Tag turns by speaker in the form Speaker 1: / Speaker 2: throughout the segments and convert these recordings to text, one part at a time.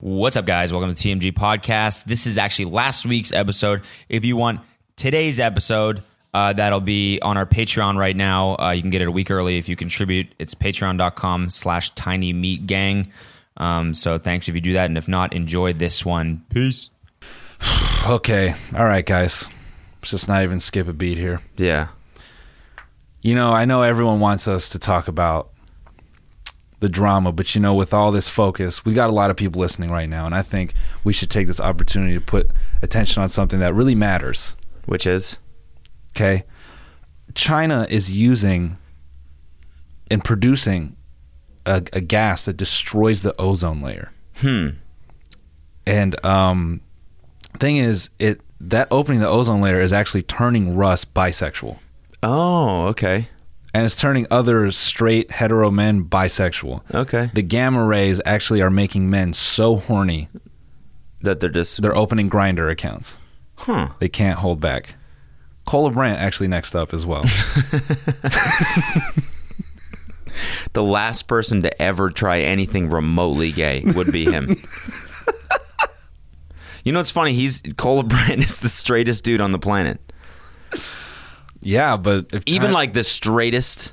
Speaker 1: What's up, guys? Welcome to TMG Podcast. This is actually last week's episode. If you want today's episode, uh, that'll be on our Patreon right now. Uh, you can get it a week early if you contribute. It's patreon.com slash tiny meat gang. Um, so thanks if you do that. And if not, enjoy this one. Peace.
Speaker 2: Okay. All right, guys. Let's just not even skip a beat here.
Speaker 3: Yeah.
Speaker 2: You know, I know everyone wants us to talk about the drama, but you know, with all this focus, we got a lot of people listening right now, and I think we should take this opportunity to put attention on something that really matters.
Speaker 3: Which is?
Speaker 2: Okay. China is using and producing a, a gas that destroys the ozone layer.
Speaker 1: Hmm.
Speaker 2: And um, thing is, it that opening the ozone layer is actually turning Russ bisexual,
Speaker 3: Oh, okay.
Speaker 2: and it's turning other straight hetero men bisexual.
Speaker 3: Okay.
Speaker 2: The gamma rays actually are making men so horny
Speaker 3: That they're just.
Speaker 2: they're opening grinder accounts.
Speaker 3: Huh.
Speaker 2: They can't hold back. Cola Brandt actually next up as well.
Speaker 3: The last person to ever try anything remotely gay would be him. you know what's funny? He's. Cole Brandt is the straightest dude on the planet.
Speaker 2: yeah, but if
Speaker 3: Even
Speaker 2: China-
Speaker 3: like the straightest.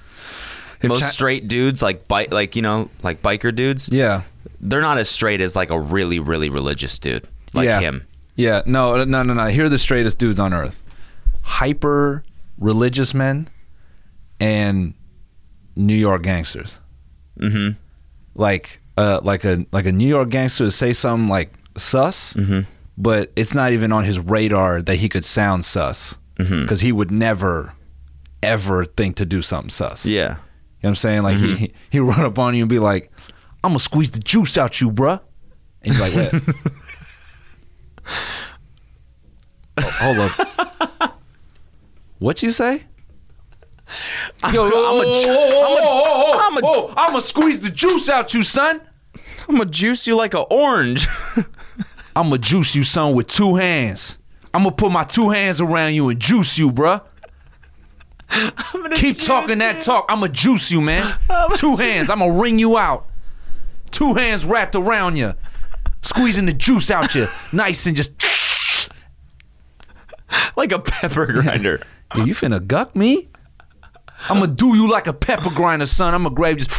Speaker 2: If
Speaker 3: most
Speaker 2: Chi-
Speaker 3: straight dudes, like bike, like you know, like biker dudes,
Speaker 2: yeah,
Speaker 3: they're not as straight as like a really, really religious dude like
Speaker 2: yeah.
Speaker 3: him.
Speaker 2: Yeah, no, no, no, no. Here are the straightest dudes on earth: hyper religious men and New York gangsters.
Speaker 3: Mm-hmm.
Speaker 2: like uh like a like a New York gangster to say something like sus, but it's not even on his radar that he could sound sus because he would never ever think to do something sus. You
Speaker 3: Yeah.
Speaker 2: know what I'm saying? Like he he he run up on you and be like, "I'm gonna squeeze the juice out you, bruh," and you're like, "What?" Oh, hold up. What you say? Yo, I'm
Speaker 3: Oh,
Speaker 2: a, I'm a, I'm a squeeze the juice out you, son.
Speaker 3: I'm gonna juice you like an orange.
Speaker 2: I'm gonna juice you, son, with two hands. I'm gonna put my two hands around you and juice you, bruh. Keep talking that talk. I'm gonna juice you, man. two hands. I'm gonna wring you out. Two hands wrapped around you, squeezing the juice out you, nice and just.
Speaker 3: like a pepper grinder.
Speaker 2: Yo, you finna guck me? I'm gonna do you like a pepper grinder, son. I'm gonna grab just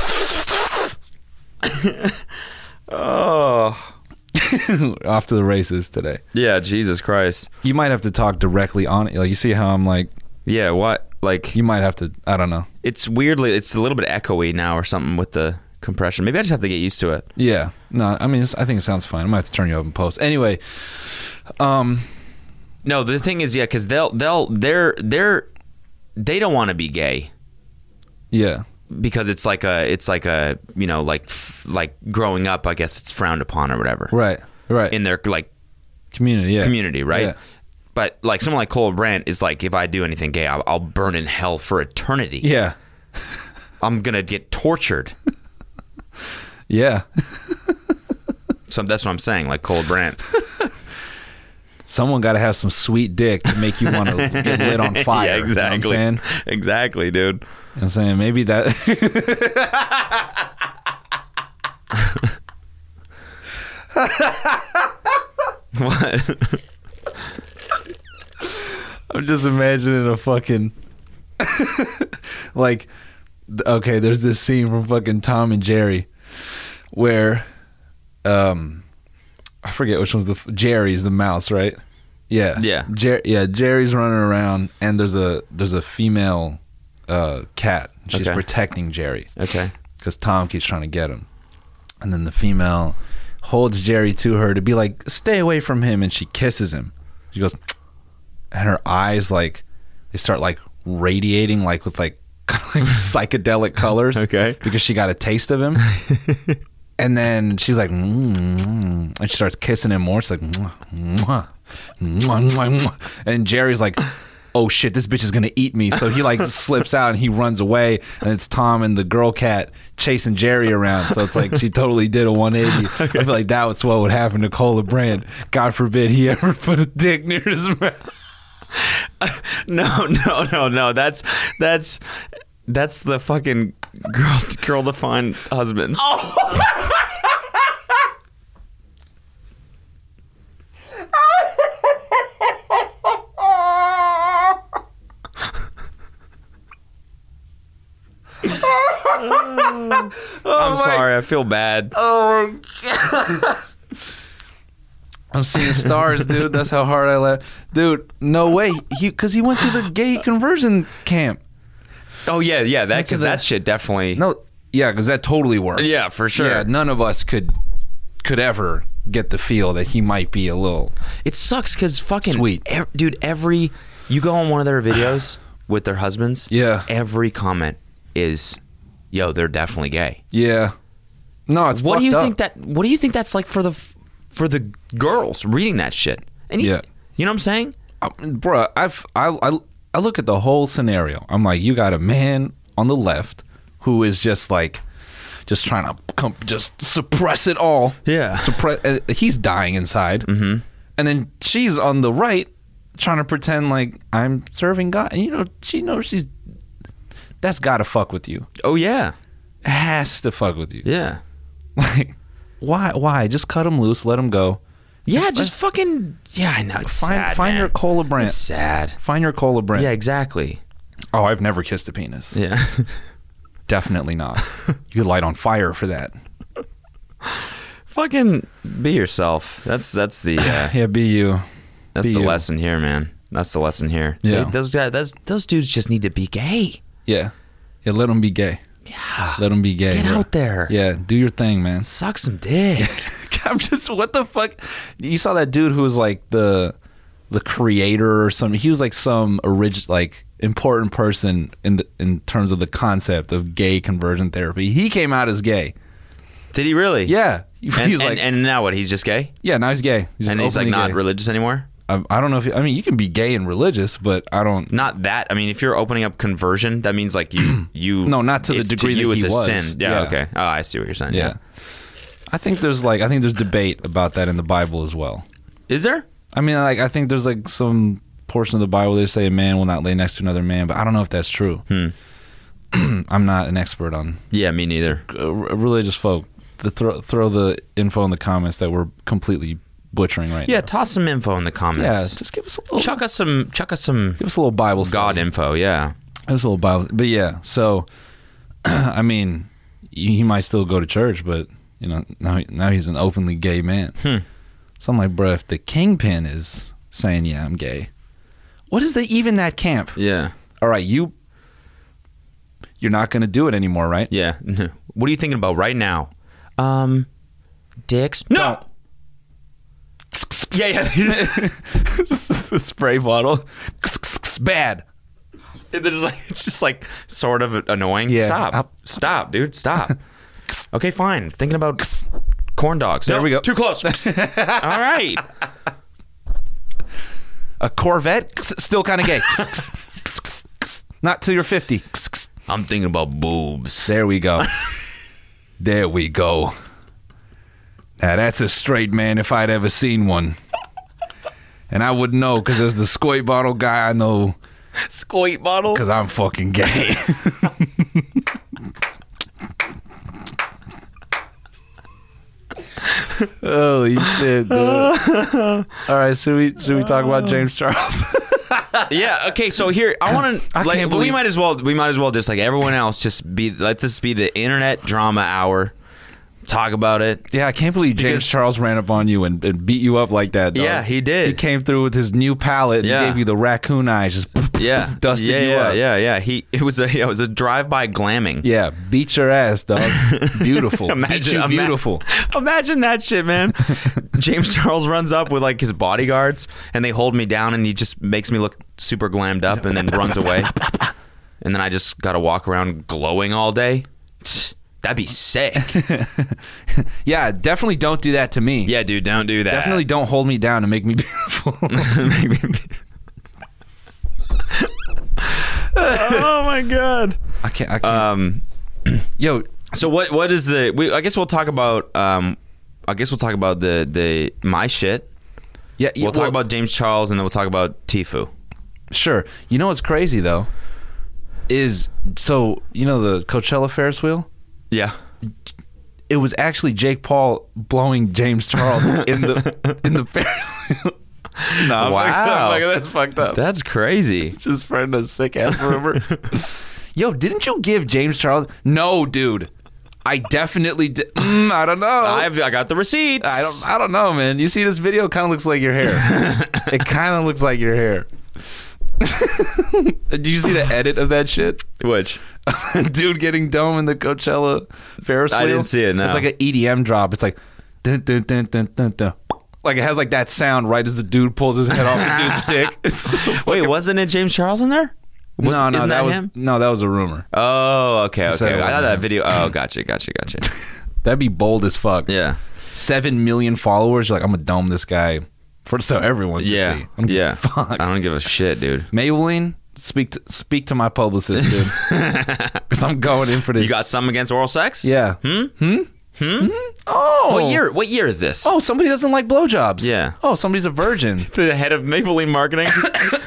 Speaker 3: oh.
Speaker 2: off to the races today.
Speaker 3: Yeah, Jesus Christ.
Speaker 2: You might have to talk directly on it. Like you see how I'm like.
Speaker 3: Yeah, what? Like
Speaker 2: You might have to. I don't know.
Speaker 3: it's weirdly it's a little bit echoey now or something with the compression. Maybe I just have to get used to it.
Speaker 2: Yeah. No, I mean, it's, I think it sounds fine. I might have to turn you up in post. Anyway, um,
Speaker 3: No, the thing is yeah, cuz they'll they'll they're they're they don't want to be gay
Speaker 2: yeah,
Speaker 3: because it's like a it's like a, you know, like f- like growing up, I guess it's frowned upon or whatever.
Speaker 2: right, right.
Speaker 3: In their like
Speaker 2: community, yeah,
Speaker 3: community, right?
Speaker 2: Yeah.
Speaker 3: But like someone like Cole Brandt is like, if I do anything gay, I'll, I'll burn in hell for eternity.
Speaker 2: Yeah,
Speaker 3: I'm gonna get tortured.
Speaker 2: yeah.
Speaker 3: So that's what I'm saying. Like Cole Brandt.
Speaker 2: Someone got to have some sweet dick to make you want to get lit on fire.
Speaker 3: yeah, exactly.
Speaker 2: You know what I'm saying,
Speaker 3: Exactly, dude.
Speaker 2: You know what I'm saying maybe that.
Speaker 3: What?
Speaker 2: I'm just imagining a fucking like. th- Okay, there's this scene from fucking Tom and Jerry where, um, I forget which one's the f- Jerry's the mouse, right? Yeah,
Speaker 3: Yeah.
Speaker 2: Jer- yeah. Jerry's running around, and there's a there's a female uh, cat. She's
Speaker 3: Okay.
Speaker 2: protecting Jerry
Speaker 3: Okay.
Speaker 2: because Tom keeps trying to get him. And then the female holds Jerry to her to be like, stay away from him. And she kisses him. She goes, and her eyes like, they start like radiating, like with like, kind of like psychedelic colors.
Speaker 3: Okay.
Speaker 2: Because she got a taste of him. and then she's like, mm and she starts kissing him more. She's like, mwah, mwah, mwah, mwah, mwah. and Jerry's like, oh shit, this bitch is gonna eat me. So he like slips out and he runs away, and it's Tom and the girl cat chasing Jerry around. So it's like she totally did a 180. I feel like that was what would happen to Cola Brand. God forbid he ever put a dick near his mouth.
Speaker 3: No, no, no, no. That's that's that's the fucking girl girl to find husbands. Oh. sorry. I feel bad.
Speaker 2: Oh my god. I'm seeing stars, dude. That's how hard I laughed. Dude, no way. He cuz he went to the gay conversion camp.
Speaker 3: Oh yeah, yeah. That because
Speaker 2: the-
Speaker 3: that shit definitely.
Speaker 2: No, yeah, cuz that totally worked.
Speaker 3: Yeah, for sure.
Speaker 2: Yeah, none of us could could ever get the feel that he might be a little.
Speaker 3: It sucks because fucking
Speaker 2: Sweet.
Speaker 3: ev- dude. Every you go on one of their videos with their husbands.
Speaker 2: Yeah.
Speaker 3: Every comment is, "Yo, they're definitely gay."
Speaker 2: Yeah. No, it's
Speaker 3: what do
Speaker 2: fucked
Speaker 3: you
Speaker 2: up.
Speaker 3: think that? What do you think that's like for the f- for the girls reading that shit? And you,
Speaker 2: Yeah.
Speaker 3: you know what I'm saying?
Speaker 2: I, Um, bruh, I've I, I I look at the whole scenario. I'm like, you got a man on the left who is just like, just trying to com- just suppress it all.
Speaker 3: Yeah.
Speaker 2: suppress. Uh, he's dying inside, mm-hmm. and then she's on the right trying to pretend like I'm serving God, and you know she knows she's. That's got to fuck with you.
Speaker 3: Oh yeah,
Speaker 2: Has to fuck with you.
Speaker 3: yeah,
Speaker 2: Like, why? Why? Just cut him loose. Let him go.
Speaker 3: yeah. Just fucking yeah. I know it's
Speaker 2: Find
Speaker 3: sad.
Speaker 2: find
Speaker 3: man.
Speaker 2: your cola brand.
Speaker 3: It's sad.
Speaker 2: Find your cola brand.
Speaker 3: Yeah, exactly.
Speaker 2: Oh, I've never kissed a penis.
Speaker 3: Yeah.
Speaker 2: Definitely not. you could light on fire for that.
Speaker 3: fucking be yourself. That's that's the uh,
Speaker 2: Yeah, be you.
Speaker 3: that's
Speaker 2: Be
Speaker 3: the
Speaker 2: you.
Speaker 3: lesson here, man. That's the lesson here.
Speaker 2: Yeah.
Speaker 3: They- those guys, those those dudes just need to be gay.
Speaker 2: Yeah. Yeah, let them be gay.
Speaker 3: Yeah.
Speaker 2: Let them be gay.
Speaker 3: Get
Speaker 2: bro.
Speaker 3: out there.
Speaker 2: Yeah, do your thing, man.
Speaker 3: Suck some dick.
Speaker 2: I'm just what the fuck? You saw that dude who was like the the creator or something. He was like some orig like important person in the, in terms of the concept of gay conversion therapy. He came out as gay.
Speaker 3: Did he really?
Speaker 2: Yeah. He
Speaker 3: And,
Speaker 2: was
Speaker 3: and,
Speaker 2: like,
Speaker 3: and now what? He's just gay,
Speaker 2: yeah, now he's gay. He's
Speaker 3: and he's like
Speaker 2: openly
Speaker 3: not
Speaker 2: gay.
Speaker 3: religious anymore.
Speaker 2: I, I don't know if you, I mean you can be gay and religious, but I don't.
Speaker 3: Not that. I mean, if you're opening up conversion, that means like you you
Speaker 2: No, not to the
Speaker 3: it's-
Speaker 2: degree
Speaker 3: to you
Speaker 2: that
Speaker 3: it's
Speaker 2: he
Speaker 3: a
Speaker 2: was.
Speaker 3: sin. Yeah,
Speaker 2: Yeah.
Speaker 3: Okay. Oh, I see what you're saying.
Speaker 2: Yeah. I think there's like I think there's debate about that in the Bible as well.
Speaker 3: Is there?
Speaker 2: I mean, like I think there's like some portion of the Bible they say a man will not lay next to another man, but I don't know if that's true.
Speaker 3: Hmm.
Speaker 2: I'm not an expert on
Speaker 3: Yeah. Me neither.
Speaker 2: uh, r- religious folk. The throw throw the info in the comments that we're completely butchering right
Speaker 3: Yeah.
Speaker 2: now.
Speaker 3: Toss some info in the
Speaker 2: yeah,
Speaker 3: comments.
Speaker 2: just give us a little
Speaker 3: Chuck us some. Chuck us some.
Speaker 2: give us a little Bible study.
Speaker 3: God info. Yeah.
Speaker 2: It was a little Bible, but yeah. So, I mean, he might still go to church, but you know, now now he's an openly gay man.
Speaker 3: Hmm.
Speaker 2: So I'm like, bruh, if the kingpin is saying, "Yeah, I'm gay," what is the even that camp?
Speaker 3: Yeah.
Speaker 2: All right, you, you're not gonna do it anymore, right?
Speaker 3: Yeah. What are you thinking about right now? Um, dicks. No. Yeah, yeah.
Speaker 2: the spray bottle, bad.
Speaker 3: it's just like it's just like sort of annoying.
Speaker 2: Yeah.
Speaker 3: Stop.
Speaker 2: Up.
Speaker 3: Stop, dude. Stop. okay, fine. Thinking about corn dogs. There
Speaker 2: we go.
Speaker 3: Too close. All right.
Speaker 2: A Corvette, still kind of gay. not till you're fifty.
Speaker 3: I'm thinking about boobs.
Speaker 2: There we go. there we go. Now that's a straight man if I'd ever seen one. And I would know because as the squirt bottle guy, I know
Speaker 3: Squeak bottle.
Speaker 2: because I'm fucking gay. Holy shit, dude. All right, should we should we talk about James Charles?
Speaker 3: Yeah. Okay. So here, I want to.
Speaker 2: I
Speaker 3: like,
Speaker 2: can't
Speaker 3: but we
Speaker 2: believe-
Speaker 3: might as well. We might as well just like everyone else. Just be. Let this be the internet drama hour. Talk about it.
Speaker 2: yeah, I can't believe James
Speaker 3: Because-
Speaker 2: Charles ran up on you and, and beat you up like that, dog.
Speaker 3: Yeah, he did.
Speaker 2: He came through with his new palette and
Speaker 3: Yeah.
Speaker 2: gave you the raccoon eyes, just
Speaker 3: Yeah,
Speaker 2: dusted
Speaker 3: yeah,
Speaker 2: you
Speaker 3: yeah,
Speaker 2: up.
Speaker 3: Yeah, yeah, He it was a yeah, it was a drive by glamming.
Speaker 2: Yeah, beat your ass, dog. Beautiful. beat you
Speaker 3: ima-
Speaker 2: beautiful.
Speaker 3: Imagine that shit, man. James Charles runs up with like his bodyguards, and they hold me down, and he just makes me look super glammed up, and then runs away. And then I just gotta walk around glowing all day. That'd be sick.
Speaker 2: Yeah, definitely don't do that to me.
Speaker 3: Yeah, dude, don't do that.
Speaker 2: Definitely don't hold me down and make me beautiful.
Speaker 3: oh my god.
Speaker 2: I can't. I can't.
Speaker 3: Um.
Speaker 2: Yo,
Speaker 3: So what? What is the? We, I guess we'll talk about. Um. I guess we'll talk about the the my shit.
Speaker 2: yeah. you-
Speaker 3: We'll talk
Speaker 2: well,
Speaker 3: about James Charles, and then we'll talk about Tifu.
Speaker 2: Sure. You know what's crazy though, is so you know the Coachella Ferris wheel.
Speaker 3: Yeah.
Speaker 2: It was actually Jake Paul blowing James Charles in the in the Ferris wheel. Nah, I'm
Speaker 3: Wow.
Speaker 2: fucked up. Fuck, that's fucked up.
Speaker 3: That's crazy.
Speaker 2: just friend a sick ass rumor. Yo, didn't you give James Charles? No, dude. I definitely. Di- mm, I don't know.
Speaker 3: I've I got the receipts.
Speaker 2: I don't. I don't know, man. You see this video? Kind of looks like your hair. it kind of looks like your hair. Did you see the edit of that shit?
Speaker 3: Which
Speaker 2: Dude getting dome in the Coachella Ferris wheel.
Speaker 3: I didn't see it, no.
Speaker 2: It's like an EDM drop. It's like dun, dun, dun, dun, dun, dun. like it has like that sound right as the dude pulls his head off the dude's dick. It's so
Speaker 3: wait, wasn't it James Charles in there? Was-
Speaker 2: no, no,
Speaker 3: isn't
Speaker 2: that, was
Speaker 3: him?
Speaker 2: no, that was a rumor.
Speaker 3: Oh, okay, okay.
Speaker 2: said it
Speaker 3: I
Speaker 2: wasn't
Speaker 3: thought that
Speaker 2: him.
Speaker 3: video. Oh, gotcha, gotcha, gotcha.
Speaker 2: That'd be bold as fuck.
Speaker 3: yeah,
Speaker 2: seven million followers. You're like, I'm gonna dome this guy for so everyone can
Speaker 3: yeah,
Speaker 2: see. I'm
Speaker 3: yeah.
Speaker 2: Fuck.
Speaker 3: I don't give a shit, dude.
Speaker 2: Maybelline, speak to, speak to my publicist, dude, because I'm going in for this.
Speaker 3: You got some against oral sex?
Speaker 2: yeah. Hmm. Hmm. Oh.
Speaker 3: What year? What year is this?
Speaker 2: Oh, somebody doesn't like blowjobs.
Speaker 3: Yeah.
Speaker 2: Oh, somebody's a virgin.
Speaker 3: the head of Maybelline marketing.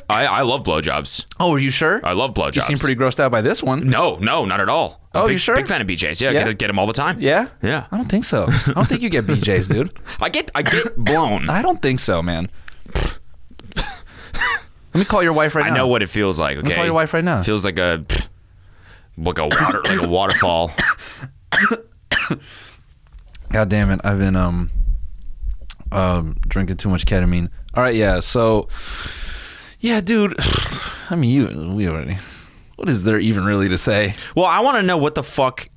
Speaker 3: I, I love blowjobs.
Speaker 2: oh, are you sure?
Speaker 3: I love blowjobs.
Speaker 2: you seem pretty grossed out by this one.
Speaker 3: No, no, not at all.
Speaker 2: Oh,
Speaker 3: big,
Speaker 2: you sure?
Speaker 3: Big fan of BJ's. Yeah,
Speaker 2: Yeah?
Speaker 3: Get, get them all the time.
Speaker 2: Yeah.
Speaker 3: yeah.
Speaker 2: I don't think so. I don't think you get BJ's, dude.
Speaker 3: I get, I get blown.
Speaker 2: I don't think so, man. Let me call your wife right
Speaker 3: I
Speaker 2: now.
Speaker 3: know what it feels like. Okay,
Speaker 2: call your wife right now.
Speaker 3: Feels like a, like a water, like a waterfall.
Speaker 2: God damn it! I've been um, um, drinking too much ketamine. All right, yeah. So, yeah, dude. I mean, you. We already. What is there even really to say?
Speaker 3: Well, I want to know what the fuck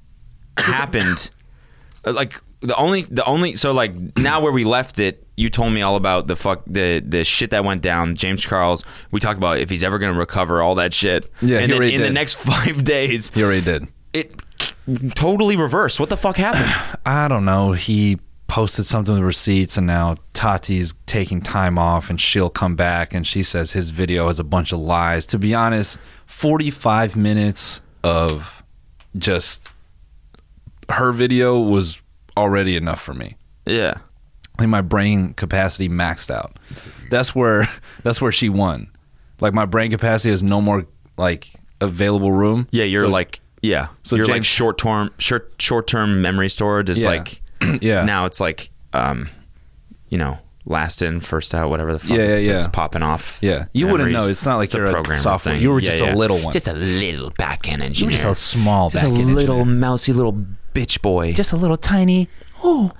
Speaker 3: happened. Uh, like the only the only so like now where we left it, you told me all about the fuck the the shit that went down. James Charles, we talked about if he's ever going to recover all that shit.
Speaker 2: Yeah,
Speaker 3: and
Speaker 2: he
Speaker 3: then
Speaker 2: already
Speaker 3: in the
Speaker 2: did.
Speaker 3: next 5 days,
Speaker 2: He already did.
Speaker 3: it totally reversed. What the fuck happened?
Speaker 2: I don't know. He posted something with receipts, and now Tati's taking time off, and she'll come back, and she says his video has a bunch of lies. To be honest, forty-five minutes of just her video was already enough for me.
Speaker 3: yeah.
Speaker 2: like my brain capacity maxed out. That's where that's where she won. Like my brain capacity has no more like available room.
Speaker 3: Yeah, you're like yeah. So
Speaker 2: so
Speaker 3: you're like
Speaker 2: James-
Speaker 3: short term short short term memory storage is
Speaker 2: Yeah.
Speaker 3: like
Speaker 2: Yeah.
Speaker 3: Now it's like um you know, last in, first out, whatever the fuck
Speaker 2: Yeah, yeah,
Speaker 3: it's,
Speaker 2: yeah.
Speaker 3: it's popping off.
Speaker 2: Yeah. You wouldn't
Speaker 3: memories.
Speaker 2: know. It's not like you're a
Speaker 3: programmer
Speaker 2: software. You were just a little one.
Speaker 3: Just a little back end engineer.
Speaker 2: just a small
Speaker 3: Just a
Speaker 2: back-end
Speaker 3: little mousy little bitch boy.
Speaker 2: just a little tiny. Oh,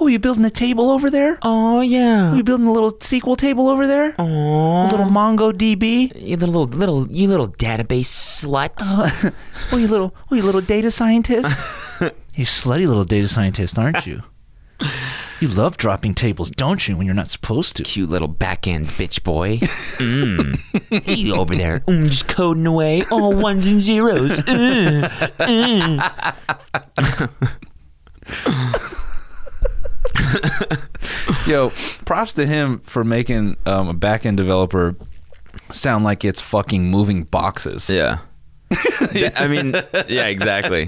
Speaker 2: oh, you building a table over there?
Speaker 3: oh yeah.
Speaker 2: you building a little SQL table over there?
Speaker 4: Aww.
Speaker 2: little Mongo DB.
Speaker 4: You little little you little database slut.
Speaker 2: Oh, you little, oh, you little data scientist.
Speaker 5: You slutty little data scientist, aren't you? you love dropping tables, don't you, when you're not supposed to?
Speaker 4: Cute little back end bitch boy. Mm. he over there. Mm, just coding away. All ones and zeros.
Speaker 2: Yo, props to him for making um, a back end developer sound like it's fucking moving boxes.
Speaker 3: Yeah. That- I mean, yeah, exactly.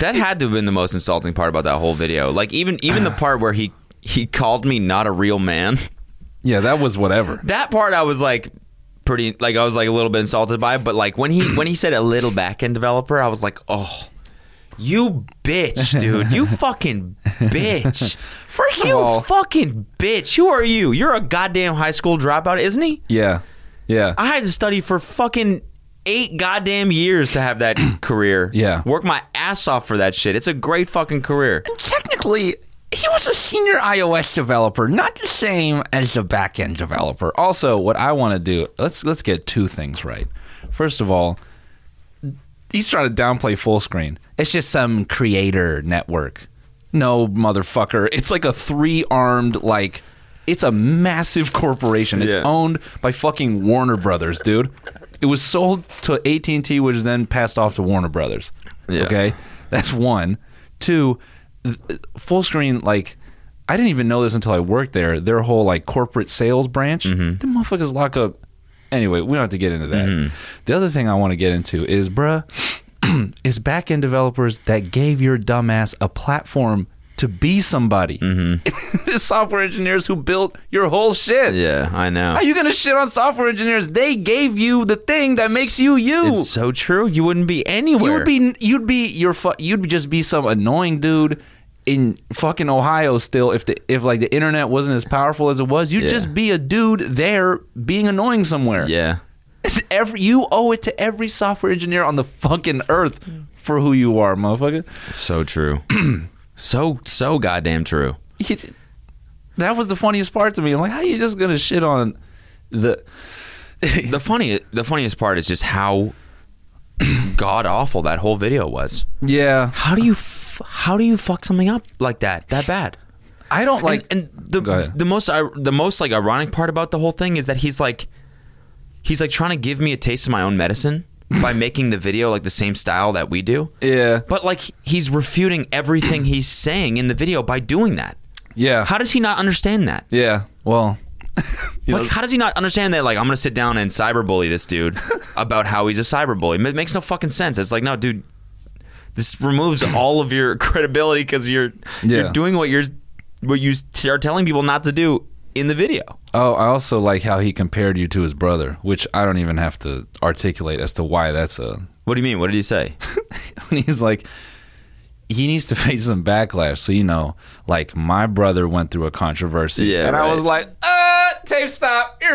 Speaker 3: That had to have been the most insulting part about that whole video. Like even even the part where he he called me not a real man.
Speaker 2: Yeah, that was whatever.
Speaker 3: That part I was like pretty like I was like a little bit insulted by, but like when he when he said a little back end developer, I was like, "Oh, you bitch, dude. You fucking bitch.
Speaker 2: First
Speaker 3: you fucking bitch. Who are you? You're a goddamn high school dropout, isn't he?
Speaker 2: yeah, yeah,
Speaker 3: I had to study for fucking eight goddamn years to have that career.
Speaker 2: Yeah.
Speaker 3: Work my ass off for that shit. It's a great fucking career.
Speaker 5: Technically, he was a senior iOS developer, not the same as the back end developer.
Speaker 2: developer. Also, what I want to do let's let's get two things right. First of all, he's trying to downplay full screen. It's just some creator network. No motherfucker. It's like a three armed like. It's a massive corporation. It's
Speaker 3: Yeah.
Speaker 2: owned by fucking Warner Brothers, dude. It was sold to AT and T, which is then passed off to Warner Brothers.
Speaker 3: Yeah.
Speaker 2: Okay, that's one. Two, th- full screen. Like, I didn't even know this until I worked there. Their whole like corporate sales branch. The motherfuckers lock up. Anyway, we don't have to get into that. The other thing I want to get into is, bruh, is back end developers that gave your dumbass a platform to be somebody. it's software engineers who built your whole shit.
Speaker 3: Yeah, I know.
Speaker 2: How you gonna shit on software engineers? They gave you the thing that makes you you.
Speaker 3: it's so true. You wouldn't be anywhere.
Speaker 2: You would be you'd be your fu- you'd just be some annoying dude in fucking Ohio still if the if like the internet wasn't as powerful as it was you'd
Speaker 3: Yeah.
Speaker 2: just be a dude there being annoying somewhere.
Speaker 3: Yeah.
Speaker 2: Every you owe it to every software engineer on the fucking earth for who you are, motherfucker.
Speaker 3: So true. so so goddamn true.
Speaker 2: He- that was the funniest part to me. I'm like, how you just gonna shit on the?
Speaker 3: The funny the funniest part is just how god awful that whole video was.
Speaker 2: Yeah,
Speaker 3: How do you f- how do you fuck something up like that that bad?
Speaker 2: I don't like.
Speaker 3: and, and the
Speaker 2: Go ahead.
Speaker 3: the most ir- the most like ironic part about the whole thing is that he's like he's like trying to give me a taste of my own medicine by making the video like the same style that we do.
Speaker 2: yeah,
Speaker 3: But like he's refuting everything he's saying in the video by doing that.
Speaker 2: yeah,
Speaker 3: How does he not understand that?
Speaker 2: yeah. Well,
Speaker 3: Like, how does he not understand that? Like, I'm gonna sit down and cyberbully this dude about how he's a cyberbully. It makes no fucking sense. It's like, no, dude, this removes all of your credibility because you're
Speaker 2: Yeah.
Speaker 3: you're doing what you're what you t- are telling people not to do in the video.
Speaker 2: oh, I also like how he compared you to his brother, which I don't even have to articulate as to why that's a.
Speaker 3: What do you mean? What did he say?
Speaker 2: When he's like, he needs to face some backlash. So you know, like my brother went through a controversy,
Speaker 3: Yeah,
Speaker 2: and I
Speaker 3: right.
Speaker 2: was like, uh, tape stop.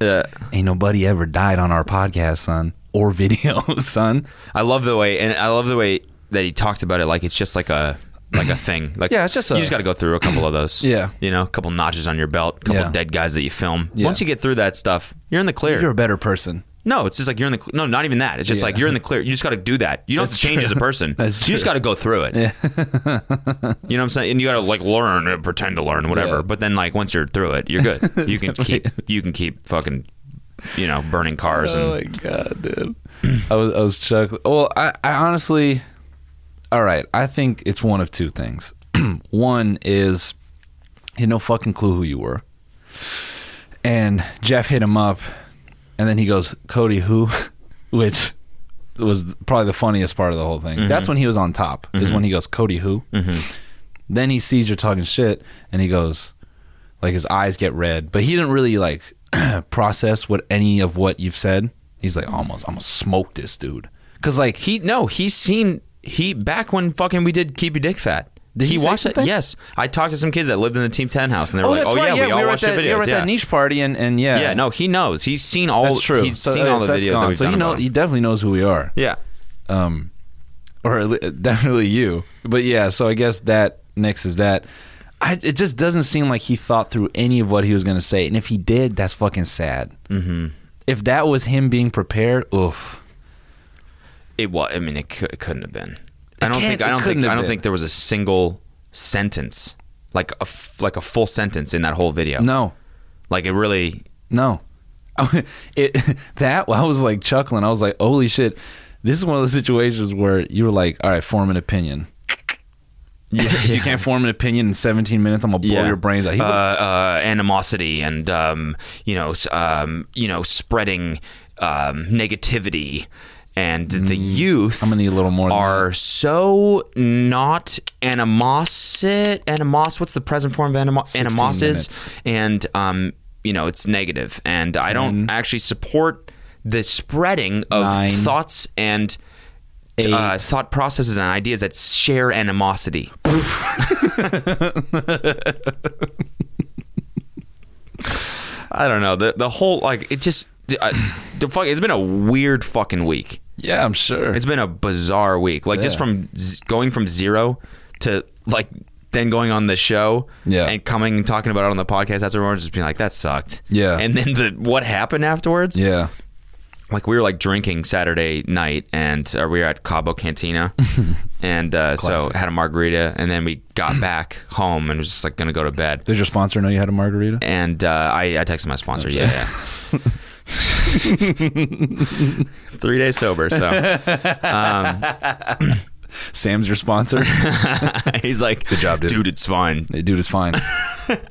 Speaker 3: Yeah.
Speaker 2: Ain't nobody ever died on our podcast, son, or video, son.
Speaker 3: I love the way, and I love the way that he talked about it. Like it's just like a like a thing. Like
Speaker 2: Yeah, it's just a-
Speaker 3: you just got to go through a couple of those.
Speaker 2: Yeah.
Speaker 3: you know, a couple notches on your belt, a couple
Speaker 2: Yeah.
Speaker 3: dead guys that you film.
Speaker 2: Yeah.
Speaker 3: Once you get through that stuff, you're in the clear.
Speaker 2: You're a better person.
Speaker 3: no, it's just like you're in the cl- no, not even that. It's just like
Speaker 2: Yeah.
Speaker 3: you're in the clear. You just got to do that. You don't have to change as a person.
Speaker 2: That's
Speaker 3: You just
Speaker 2: true.
Speaker 3: got to go through it. you know what I'm saying? And you got to like learn, uh, pretend to learn, whatever.
Speaker 2: Yeah.
Speaker 3: But then like once you're through it, you're good. You can keep you can keep fucking you know burning cars and
Speaker 2: Oh my god, dude! I was I was chuckling. Well, I, I honestly, all right. I think it's one of two things. one is he had no fucking clue who you were, and Jeff hit him up, and then he goes, "Cody, who?" Which was probably the funniest part of the whole thing. That's when he was on top. Is when he goes, "Cody, who?" Then he sees you're talking shit, and he goes, like his eyes get red, but he didn't really like process what any of what you've said. He's like, almost, I'm gonna smoke this dude, cause like
Speaker 3: He no, he's seen he back when fucking we did keep your dick fat.
Speaker 2: Did
Speaker 3: he,
Speaker 2: he say
Speaker 3: watched it?
Speaker 2: something?
Speaker 3: Yes, I talked to some kids that lived in the team ten house, and they were like, "Oh yeah, we all
Speaker 2: were at
Speaker 3: watched your
Speaker 2: that, We were
Speaker 3: videos."
Speaker 2: at
Speaker 3: Yeah.
Speaker 2: that niche party, and and yeah,
Speaker 3: yeah, no, he knows. He's seen all.
Speaker 2: that's true.
Speaker 3: He's
Speaker 2: So,
Speaker 3: seen
Speaker 2: uh,
Speaker 3: all the
Speaker 2: that's
Speaker 3: videos
Speaker 2: gone.
Speaker 3: that we've
Speaker 2: so
Speaker 3: done
Speaker 2: he know,
Speaker 3: about him.
Speaker 2: he definitely knows who we are.
Speaker 3: Yeah,
Speaker 2: um, or at le- definitely you. But yeah, so I guess that next is that. I, it just doesn't seem like he thought through any of what he was going to say, and if he did, that's fucking sad. Mm-hmm. If that was him being prepared, oof.
Speaker 3: it was. I mean, it, cou- it couldn't have been. I don't
Speaker 2: can't-
Speaker 3: think.
Speaker 2: it
Speaker 3: I don't
Speaker 2: couldn't
Speaker 3: think.
Speaker 2: have
Speaker 3: I don't
Speaker 2: been.
Speaker 3: think there was a single sentence, like a f- like a full sentence in that whole video.
Speaker 2: No,
Speaker 3: like it really.
Speaker 2: No. it that I was like chuckling. I was like, "Holy shit!" This is one of those situations where you were like, "All right, form an opinion." if you can't form an opinion in 17 minutes, I'm gonna blow your brains out. He
Speaker 3: uh,
Speaker 2: would-
Speaker 3: uh, animosity and um, you know, s- um, you know, spreading um, negativity, and the youth.
Speaker 2: Mm. I'm gonna need a little more. than
Speaker 3: are so not animosity. Animos. What's the present form of animo-
Speaker 2: minutes.
Speaker 3: animoses? And um, you know, it's negative, and I don't actually support the spreading of
Speaker 2: Nine.
Speaker 3: thoughts and. Uh, thought processes and ideas that share animosity. I don't know the the whole like it just uh, the fuck. It's been a weird fucking week.
Speaker 2: that. yeah, I'm sure.
Speaker 3: It's been a bizarre week. Like just
Speaker 2: Yeah.
Speaker 3: from z- going from zero to like then going on the show
Speaker 2: Yeah.
Speaker 3: and coming and talking about it on the podcast afterwards, just being like that sucked.
Speaker 2: Yeah.
Speaker 3: And then the what happened afterwards?
Speaker 2: yeah,
Speaker 3: Like we were like drinking Saturday night and uh, we were at Cabo Cantina and uh, so had a margarita and then we got back home and was just like gonna go to bed.
Speaker 2: did your sponsor know you had a margarita?
Speaker 3: And uh, I, I texted my sponsor. Yeah. yeah. Three days sober, so.
Speaker 2: Sam's your sponsor.
Speaker 3: He's like, "Good
Speaker 2: job, dude.
Speaker 3: dude. It's fine.
Speaker 2: Hey, Dude, it's fine.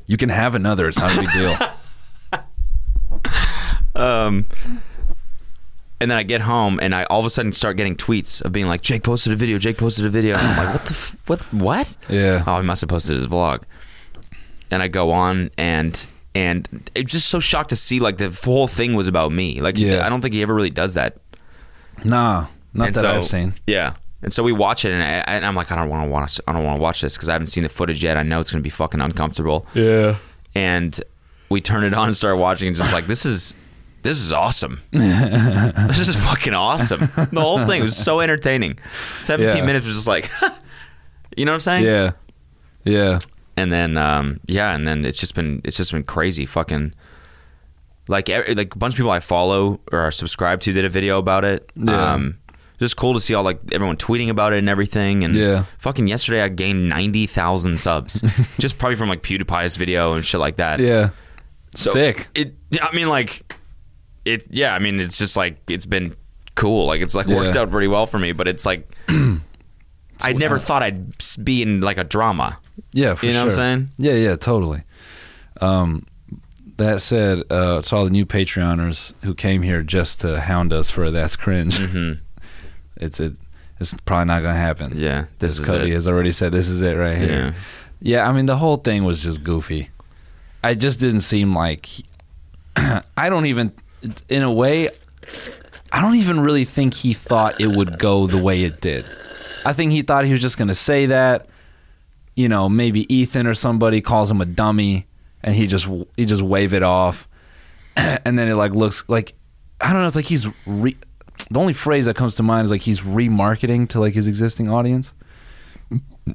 Speaker 2: you can have another. It's not a big deal.
Speaker 3: Um, and then I get home and I all of a sudden start getting tweets of being like, "Jake posted a video. Jake posted a video." And I'm like, "What the? F- what? What?
Speaker 2: Yeah.
Speaker 3: Oh, he must have posted his vlog." And I go on and and it's just so shocked to see like the whole thing was about me. Like
Speaker 2: Yeah.
Speaker 3: I don't think he ever really does that.
Speaker 2: Nah, not
Speaker 3: And
Speaker 2: that
Speaker 3: so-
Speaker 2: I've seen.
Speaker 3: Yeah. And so we watch it, and, I, and I'm like, I don't want to watch. I don't want to watch this because I haven't seen the footage yet. I know it's going to be fucking uncomfortable.
Speaker 2: Yeah.
Speaker 3: and we turn it on and start watching and just like this is this is awesome. this is fucking awesome. The whole thing was so entertaining. 17
Speaker 2: Yeah.
Speaker 3: minutes was just like, you know what I'm saying?
Speaker 2: Yeah. Yeah.
Speaker 3: and then um, yeah, and then it's just been it's just been crazy, fucking. Like every, like a bunch of people I follow or are subscribed to did a video about it.
Speaker 2: Yeah.
Speaker 3: Um, just cool to see all like everyone tweeting about it and everything. And
Speaker 2: Yeah.
Speaker 3: fucking yesterday I gained ninety thousand subs, just probably from like PewDiePie's video and shit like that.
Speaker 2: Yeah.
Speaker 3: So
Speaker 2: Sick.
Speaker 3: It. I mean, like, it. Yeah. I mean, it's just like it's been cool. Like it's like worked
Speaker 2: Yeah.
Speaker 3: out pretty well for me. But it's like, I never thought I'd s- be in like a drama.
Speaker 2: Yeah, for
Speaker 3: You know what I'm
Speaker 2: sure.
Speaker 3: saying?
Speaker 2: Yeah, yeah, totally. Um, that said, uh, to all the new Patreoners who came here just to hound us for that's cringe,
Speaker 3: Mm-hmm.
Speaker 2: it's it, it's probably not gonna happen.
Speaker 3: Yeah, this
Speaker 2: As
Speaker 3: is
Speaker 2: Cody
Speaker 3: it.
Speaker 2: has already said this is it right here. Yeah. I mean the whole thing was just goofy. I just didn't seem like. he- I don't even, in a way, I don't even really think he thought it would go the way it did. I think he thought he was just going to say that. You know, maybe Ethan or somebody calls him a dummy, and he just he just wave it off, and then it like looks like I don't know. It's like he's re. The only phrase that comes to mind is like he's remarketing to like his existing audience,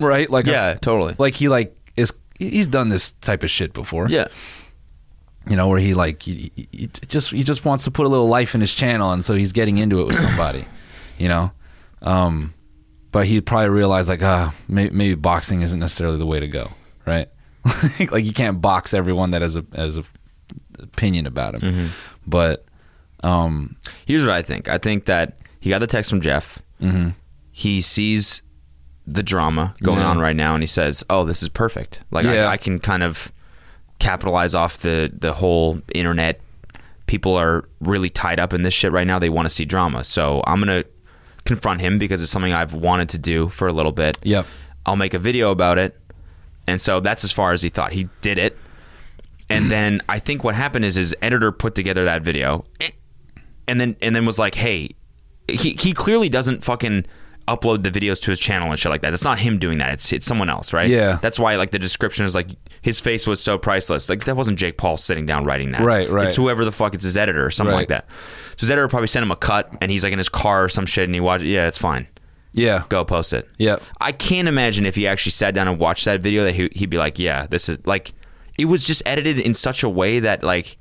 Speaker 2: right? Like
Speaker 3: Yeah, totally.
Speaker 2: Like he like is he's done this type of shit before
Speaker 3: Yeah.
Speaker 2: you know, where he like he, he- he just he just wants to put a little life in his channel, and so he's getting into it with somebody, you know. Um, but he probably realized like, ah, may, maybe boxing isn't necessarily the way to go, right? like, like you can't box everyone that has a has a opinion about him, but um,
Speaker 3: Here's what I think. I think that he got the text from Jeff. Mm-hmm. He sees the drama going
Speaker 2: Yeah.
Speaker 3: on right now, and he says, "Oh, this is perfect. Like
Speaker 2: Yeah.
Speaker 3: I, I can kind of capitalize off the the whole internet. People are really tied up in this shit right now. They want to see drama, so I'm gonna confront him because it's something I've wanted to do for a little bit.
Speaker 2: Yep.
Speaker 3: I'll make a video about it, and so that's as far as he thought. He did it,
Speaker 2: Mm.
Speaker 3: and then I think what happened is his editor put together that video, eh, and then and then was like, "Hey, he he clearly doesn't fucking upload the videos to his channel and shit like that. That's not him doing that. It's it's someone else, right?
Speaker 2: Yeah.
Speaker 3: That's why like the description is like his face was so priceless. Like that wasn't Jake Paul sitting down writing that.
Speaker 2: Right, right.
Speaker 3: It's whoever the fuck it's his editor or something like
Speaker 2: Right.
Speaker 3: that. So his editor probably sent him a cut, and he's like in his car or some shit, and he watched. it. Yeah, it's fine.
Speaker 2: yeah,
Speaker 3: Go post it.
Speaker 2: Yep.
Speaker 3: I can't imagine if he actually sat down and watched that video that he, he'd be like, yeah, this is like, it was just edited in such a way that like,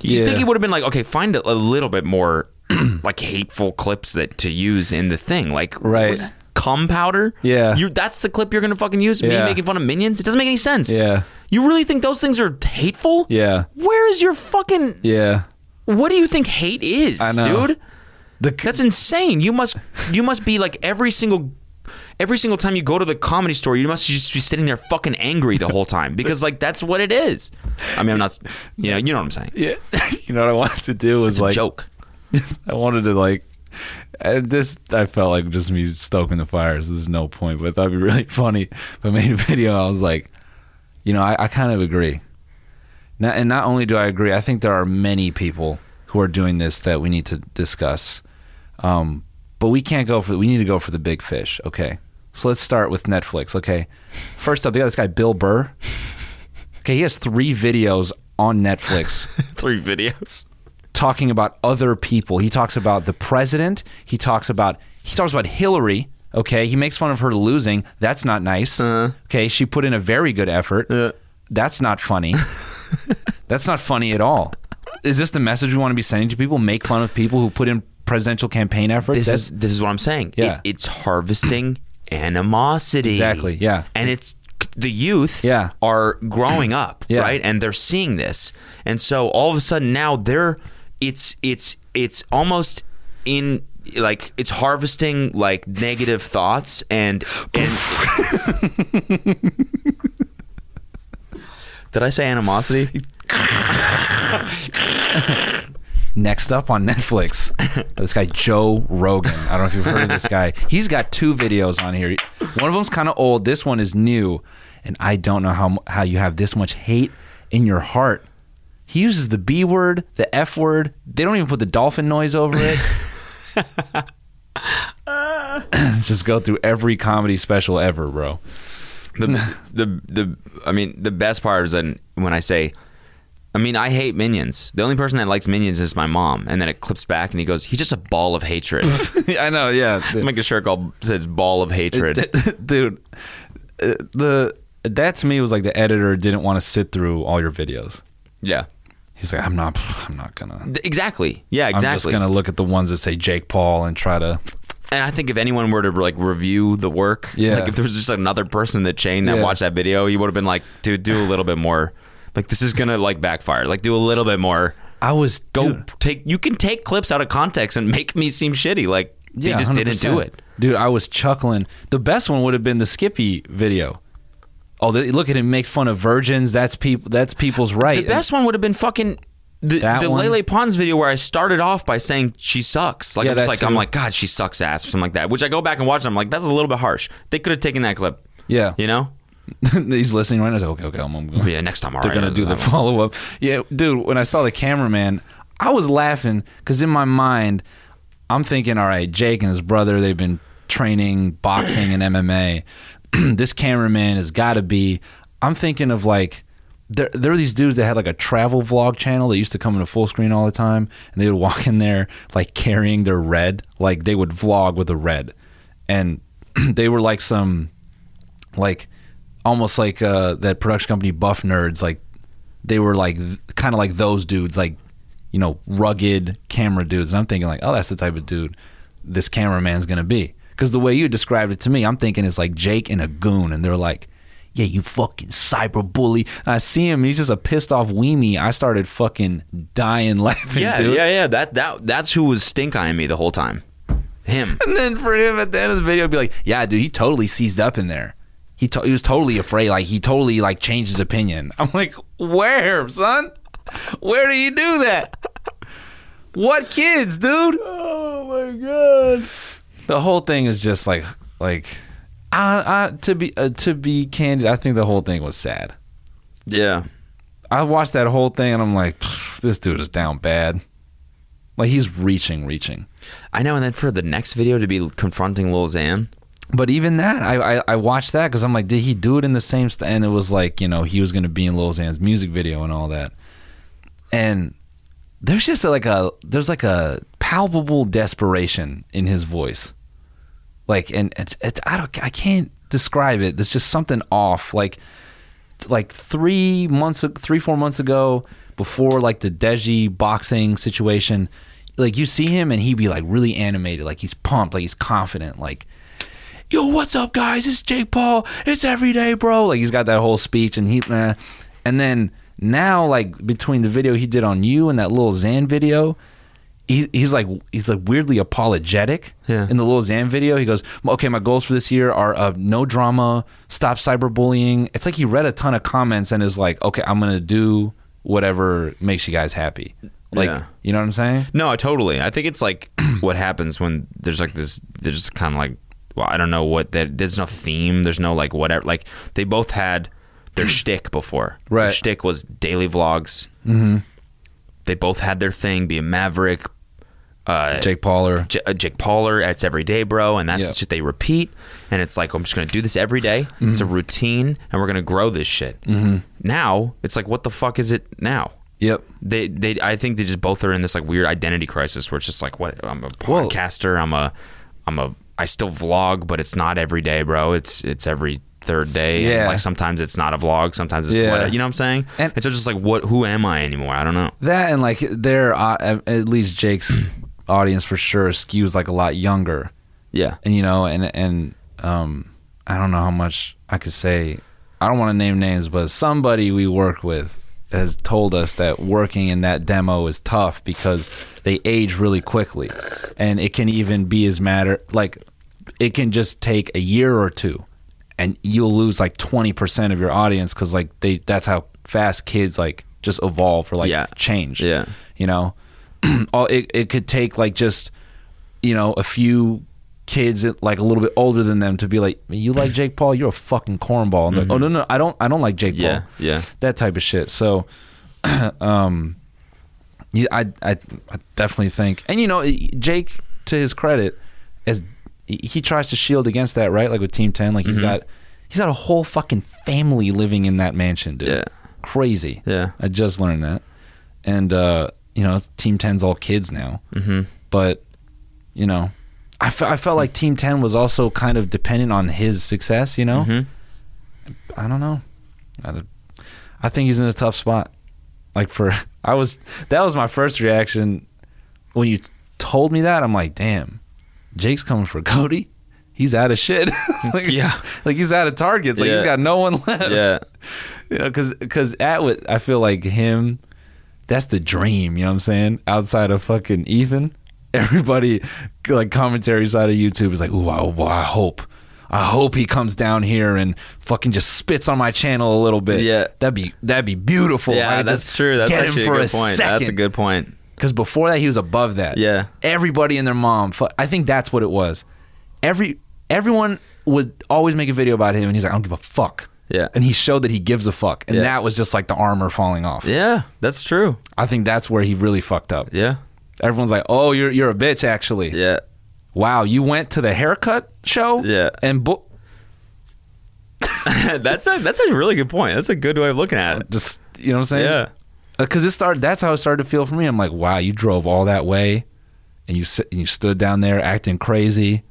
Speaker 3: you
Speaker 2: Yeah.
Speaker 3: think he would have been like, okay, find a, a little bit more like hateful clips that to use in the thing, like
Speaker 2: Right.
Speaker 3: was cum powder.
Speaker 2: Yeah.
Speaker 3: you that's the clip you're gonna fucking use. Me
Speaker 2: Yeah.
Speaker 3: making fun of minions. It doesn't make any sense.
Speaker 2: Yeah.
Speaker 3: you really think those things are hateful?
Speaker 2: yeah,
Speaker 3: Where is your fucking?
Speaker 2: yeah.
Speaker 3: What do you think hate is,
Speaker 2: I know.
Speaker 3: dude?
Speaker 2: The
Speaker 3: That's insane. You must you must be like every single every single time you go to the comedy store, you must just be sitting there fucking angry the whole time because like that's what it is. I mean, I'm not you know, you know what I'm saying.
Speaker 2: yeah, you know what I wanted to do was
Speaker 3: It's
Speaker 2: like
Speaker 3: a joke.
Speaker 2: I wanted to like and this I felt like just me stoking the fires. There's no point, but I thought it'd be really funny if I made a video. I was like, you know, I, I kind of agree. Not, and not only do I agree, I think there are many people who are doing this that we need to discuss. Um, but we can't go for we need to go for the big fish. Okay, so let's start with Netflix. Okay, first up, they got this guy Bill Burr. Okay, he has three videos on Netflix
Speaker 3: Three videos.
Speaker 2: talking about other people. He talks about the president. He talks about he talks about Hillary. Okay, he makes fun of her losing. That's not nice. Okay, she put in a very good effort. That's not funny. That's not funny at all. Is this the message we want to be sending to people? Make fun of people who put in presidential campaign efforts.
Speaker 3: This
Speaker 2: That's-
Speaker 3: is this is what I'm saying.
Speaker 2: Yeah.
Speaker 3: It, it's harvesting animosity.
Speaker 2: Exactly, yeah.
Speaker 3: And it's the youth
Speaker 2: Yeah.
Speaker 3: are growing up,
Speaker 2: Yeah.
Speaker 3: right? And they're seeing this. And so all of a sudden now they're it's it's it's almost in like it's harvesting like negative thoughts and and Did I say animosity?
Speaker 2: Next up on Netflix, this guy Joe Rogan. I don't know if you've heard of this guy. He's got two videos on here. One of them's kind of old. This one is new, and I don't know how how you have this much hate in your heart. He uses the B word, the F word. They don't even put the dolphin noise over it. Just go through every comedy special ever, bro.
Speaker 3: the the the I mean the best part is when when I say I mean, I hate minions. The only person that likes minions is my mom. And then it clips back and he goes, he's just a ball of hatred.
Speaker 2: I know. Yeah, dude.
Speaker 3: Make a shirt called says ball of hatred.
Speaker 2: dude. uh, The that to me was like the editor didn't want to sit through all your videos.
Speaker 3: yeah.
Speaker 2: He's like, I'm not. I'm not gonna.
Speaker 3: Th- Exactly. Yeah,
Speaker 2: I'm just
Speaker 3: exactly.
Speaker 2: gonna look at the ones that say Jake Paul and try to.
Speaker 3: And I think if anyone were to like review the work,
Speaker 2: Yeah.
Speaker 3: like if there was just another person in the chain that
Speaker 2: Yeah.
Speaker 3: watched that video, you would have been like, dude, do a little bit more. Like this is gonna like backfire. Like do a little bit more.
Speaker 2: I was
Speaker 3: Go
Speaker 2: dude,
Speaker 3: take. You can take clips out of context and make me seem shitty. Like
Speaker 2: yeah,
Speaker 3: they just did not do
Speaker 2: 100%.
Speaker 3: it.
Speaker 2: dude. I was chuckling. The best one would have been the Skippy video. Oh, they, look at him makes fun of virgins. That's people. That's people's right.
Speaker 3: The best one would have been fucking. The,
Speaker 2: That
Speaker 3: the
Speaker 2: one?
Speaker 3: Lele Pons video where I started off by saying she sucks, like
Speaker 2: Yeah,
Speaker 3: I'm just
Speaker 2: that
Speaker 3: like
Speaker 2: too.
Speaker 3: I'm like God, she sucks ass or something like that. Which I go back and watch, and I'm like that's a little bit harsh. They could have taken that clip,
Speaker 2: Yeah,
Speaker 3: you know?
Speaker 2: he's listening right now. He's like, okay, okay, I'm, I'm going.
Speaker 3: Yeah, next time. all
Speaker 2: They're
Speaker 3: right,
Speaker 2: gonna do the
Speaker 3: I'm-
Speaker 2: follow up. Yeah, dude. When I saw the cameraman, I was laughing because in my mind, I'm thinking, all right, Jake and his brother, they've been training boxing and MMA. this cameraman has got to be. I'm thinking of like. There, there were these dudes that had like a travel vlog channel that used to come into full screen all the time, and they would walk in there like carrying their red, like they would vlog with a red, and they were like some like almost like uh, that production company Buff Nerds, like they were like kind of like those dudes, like you know rugged camera dudes. And I'm thinking like, oh, that's the type of dude this cameraman's gonna be. Because the way you described it to me, I'm thinking it's like Jake and a goon, and they're like, yeah, you fucking cyber bully. And I see him, he's just a pissed off weenie. I started fucking dying laughing.
Speaker 3: Yeah,
Speaker 2: dude.
Speaker 3: yeah, yeah. That that that's who was stink eyeing me the whole time. Him.
Speaker 2: And then for him at the end of the video, it'd be like, "Yeah, dude, he totally seized up in there. He to- he was totally afraid. Like he totally like changed his opinion." I'm like, "Where, son? Where do you do that? What kids, dude? Oh my god!" The whole thing is just like like. I, I, to be uh, to be candid, I think the whole thing was sad.
Speaker 3: Yeah.
Speaker 2: I watched that whole thing and I'm like, this dude is down bad. Like he's reaching, reaching.
Speaker 3: I know. And then for the next video to be confronting Lil Xan.
Speaker 2: But even that, I I, I watched that because I'm like, did he do it in the same? St-? And it was like, you know, he was going to be in Lil Xan's music video and all that. And there's just like a there's like a palpable desperation in his voice, like and it's it's I don't I can't describe it. There's just something off. Like like three months three four months ago before like the Deji boxing situation, like you see him and he'd be like really animated, like he's pumped, like he's confident, like yo, what's up, guys? It's Jake Paul. It's every day, bro. Like he's got that whole speech, and he, eh. and then now, like between the video he did on you and that little Xan video, he, he's like he's like weirdly apologetic.
Speaker 3: Yeah.
Speaker 2: In the little Xan video, he goes, "Okay, my goals for this year are uh, no drama, stop cyberbullying." It's like he read a ton of comments and is like, "Okay, I'm gonna do whatever makes you guys happy." Like,
Speaker 3: Yeah.
Speaker 2: you know what I'm saying?
Speaker 3: No, totally. I think it's like what happens when there's like this. There's just kind of like well, I don't know what that. There's no theme. There's no like whatever. Like they both had their shtick before.
Speaker 2: Right.
Speaker 3: Their shtick was daily vlogs. Mm-hmm. They both had their thing. Be a maverick. Uh,
Speaker 2: Jake Paul or
Speaker 3: J- uh, Jake Pauler. It's every day, bro, and that's
Speaker 2: Yeah.
Speaker 3: shit they repeat. And it's like I'm just gonna do this every day. It's a routine, and we're gonna grow this shit. Mm-hmm. Now it's like, what the fuck is it now?
Speaker 2: yep.
Speaker 3: They, they, I think they just both are in this like weird identity crisis where it's just like, what? I'm a
Speaker 2: Well-
Speaker 3: podcaster. I'm a, I'm a. I still vlog, but it's not every day, bro. It's it's every third day. and,
Speaker 2: Yeah.
Speaker 3: like sometimes it's not a vlog. Sometimes it's
Speaker 2: Yeah.
Speaker 3: what, you know what I'm saying.
Speaker 2: And-
Speaker 3: And, so it's just like, what? Who am I anymore? I don't know.
Speaker 2: That and like their uh, at least Jake's audience for sure skews like a lot younger,
Speaker 3: Yeah.
Speaker 2: and you know, and and um, I don't know how much I could say. I don't want to name names, but somebody we work with has told us that working in that demo is tough because they age really quickly, and it can even be as matter like it can just take a year or two, and you'll lose like twenty percent of your audience because like they that's how fast kids like just evolve or like
Speaker 3: Yeah.
Speaker 2: change.
Speaker 3: Yeah.
Speaker 2: You know, all it it could take like just you know a few kids that, like a little bit older than them to be like you like Jake Paul you're a fucking cornball and they're like, oh no no I don't I don't like Jake
Speaker 3: Mm-hmm. Yeah,
Speaker 2: Paul
Speaker 3: yeah.
Speaker 2: that type of shit so um yeah, I, I I definitely think and you know Jake to his credit as he- he tries to shield against
Speaker 3: Mm-hmm.
Speaker 2: that right like with Team Ten like he's got he's got a whole fucking family living in that mansion dude
Speaker 3: Yeah.
Speaker 2: crazy.
Speaker 3: Yeah.
Speaker 2: I just learned that, and uh, you know, Team 10's all kids now. Mm-hmm. But you know, I, fe- I felt like Team Ten was also kind of dependent on his success. You know,
Speaker 3: Mm-hmm.
Speaker 2: I don't know. I, don't- I think he's in a tough spot. Like for I was that was my first reaction when you t- told me that. I'm like, damn, Jake's coming for Cody. He's out of shit. It's like,
Speaker 3: Yeah.
Speaker 2: like he's out of targets. Like
Speaker 3: Yeah.
Speaker 2: he's got no one left
Speaker 3: Yeah.
Speaker 2: you know, because because Atwood, I feel like him. That's the dream, you know what I'm saying? Outside of fucking Ethan, everybody like commentary side of YouTube is like, ooh, I, well, I hope, I hope he comes down here and fucking just spits on my channel a little bit.
Speaker 3: Yeah.
Speaker 2: that'd be that'd be beautiful. I
Speaker 3: Yeah,
Speaker 2: could
Speaker 3: that's
Speaker 2: just
Speaker 3: true. That's
Speaker 2: get him
Speaker 3: actually a
Speaker 2: for
Speaker 3: good point. That's a
Speaker 2: second.
Speaker 3: good point.
Speaker 2: Because before that, he was above that.
Speaker 3: Yeah.
Speaker 2: Everybody and their mom. fu- I think that's what it was. Every everyone would always make a video about him, and he's like, I don't give a fuck.
Speaker 3: Yeah.
Speaker 2: And he showed that he gives a fuck, and
Speaker 3: Yeah.
Speaker 2: that was just like the armor falling off.
Speaker 3: Yeah, that's true.
Speaker 2: I think that's where he really fucked up.
Speaker 3: Yeah.
Speaker 2: Everyone's like, "Oh, you're you're a bitch, actually."
Speaker 3: Yeah.
Speaker 2: Wow, you went to the haircut show.
Speaker 3: Yeah.
Speaker 2: And bo-
Speaker 3: that's a that's a really good point. That's a good way of looking at it.
Speaker 2: just you know what I'm saying?
Speaker 3: Yeah.
Speaker 2: Because it started. That's how it started to feel for me. I'm like, wow, you drove all that way, and you sit, and you stood down there acting crazy,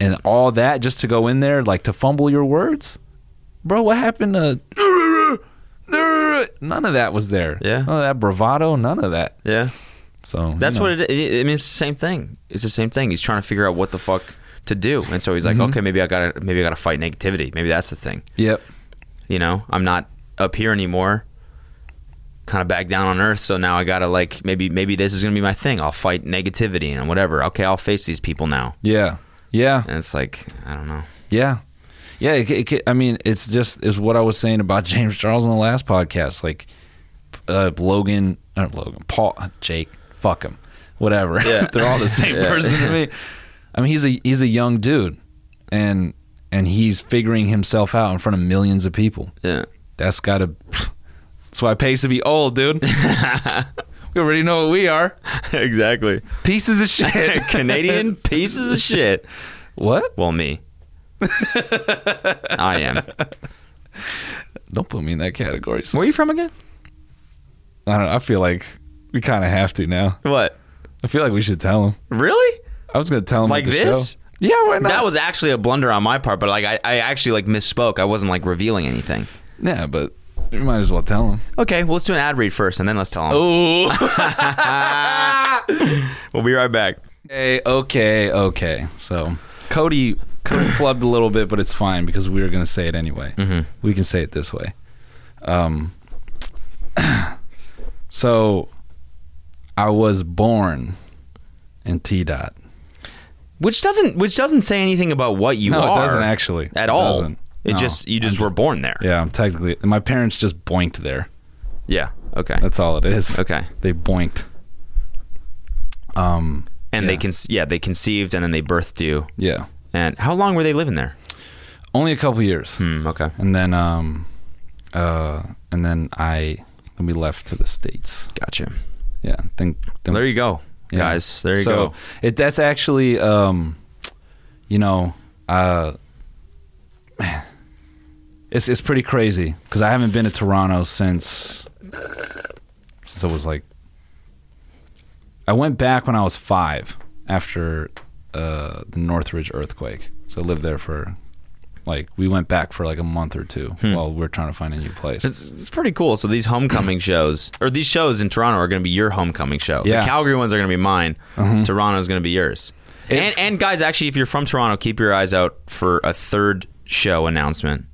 Speaker 2: and all that just to go in there like to fumble your words, bro. What happened to? None of that was there.
Speaker 3: Yeah.
Speaker 2: None of that bravado. None of that.
Speaker 3: Yeah.
Speaker 2: So
Speaker 3: That's
Speaker 2: you know.
Speaker 3: what it is. I mean, it's the same thing. It's the same thing. He's trying to figure out what the fuck to do, and so he's like, okay, maybe I gotta maybe I gotta fight negativity. Maybe that's the thing.
Speaker 2: Yep.
Speaker 3: You know, I'm not up here anymore. Kind of back down on earth, so now I gotta like maybe maybe this is gonna be my thing. I'll fight negativity and whatever. Okay, I'll face these people now.
Speaker 2: Yeah. Yeah.
Speaker 3: And it's like I don't know.
Speaker 2: Yeah, yeah. It, it, I mean, it's just is what I was saying about James Charles in the last podcast. Like uh, Logan, not Logan, Paul, uh, Jake, fuck him, whatever. They're all the same person to me. I mean, he's a he's a young dude, and and he's figuring himself out in front of millions of people.
Speaker 3: Yeah.
Speaker 2: That's gotta. That's why it pays to be old, dude. we already know what we are.
Speaker 3: exactly.
Speaker 2: Pieces of shit.
Speaker 3: Canadian pieces of shit.
Speaker 2: what?
Speaker 3: Well, me. I am.
Speaker 2: Don't put me in that category. son.
Speaker 3: Where are you from again?
Speaker 2: I don't. know, I feel like we kind of have to now.
Speaker 3: What?
Speaker 2: I feel like we should tell him.
Speaker 3: Really?
Speaker 2: I was going to tell him
Speaker 3: Like
Speaker 2: at the
Speaker 3: this?
Speaker 2: Show. Yeah, why not?
Speaker 3: That was actually a blunder on my part, but like I, I actually like misspoke. I wasn't like revealing anything.
Speaker 2: yeah, but you might as well tell him.
Speaker 3: Okay, well let's do an ad read first, and then let's tell them. Ooh. Oh. we'll be right back.
Speaker 2: Okay, okay, okay. So Cody kind of flubbed a little bit, but it's fine because we were going to say it anyway.
Speaker 3: Mm-hmm.
Speaker 2: We can say it this way. Um, so I was born in T dot.
Speaker 3: Which doesn't which doesn't say anything about what you
Speaker 2: No, it
Speaker 3: are.
Speaker 2: doesn't actually.
Speaker 3: at
Speaker 2: It
Speaker 3: all.
Speaker 2: doesn't.
Speaker 3: It
Speaker 2: No.
Speaker 3: just you just were born there.
Speaker 2: Yeah, I'm technically my parents just boinked there.
Speaker 3: Yeah. Okay.
Speaker 2: That's all it is.
Speaker 3: Okay.
Speaker 2: They boinked. Um.
Speaker 3: and they
Speaker 2: yeah.
Speaker 3: can yeah they conceived and then they birthed you.
Speaker 2: Yeah.
Speaker 3: And how long were they living there?
Speaker 2: Only a couple years.
Speaker 3: Hmm, okay.
Speaker 2: and then um uh and then I then we left to the states.
Speaker 3: Gotcha.
Speaker 2: Yeah, then, then
Speaker 3: There you go,
Speaker 2: yeah.
Speaker 3: guys. There you
Speaker 2: so
Speaker 3: go.
Speaker 2: It that's actually um you know uh it's it's pretty crazy because I haven't been to Toronto since since I was like I went back when I was five after uh, the Northridge earthquake. So I lived there for like we went back for like a month or two while we are trying to find a new place.
Speaker 3: It's, it's pretty cool. So these homecoming shows, or these shows in Toronto, are going to be your homecoming show.
Speaker 2: Yeah. Mm-hmm.
Speaker 3: The Calgary ones are going to be mine. Toronto's going to be yours. and and guys, actually, if you're from Toronto, keep your eyes out for a third show announcement.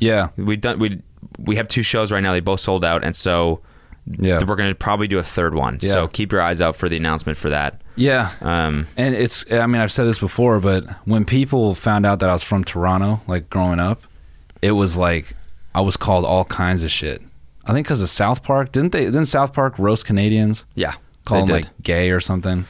Speaker 2: yeah,
Speaker 3: We've done we we have two shows right now. They both sold out, and so
Speaker 2: yeah,
Speaker 3: we're going to probably do a third one.
Speaker 2: Yeah.
Speaker 3: So keep your eyes out for the announcement for that.
Speaker 2: yeah.
Speaker 3: Um,
Speaker 2: And it's, I mean, I've said this before, but when people found out that I was from Toronto, like growing up, it was like I was called all kinds of shit. I think because of South Park, didn't they? Didn't South Park roast Canadians?
Speaker 3: yeah,
Speaker 2: Call them
Speaker 3: they
Speaker 2: like gay or something.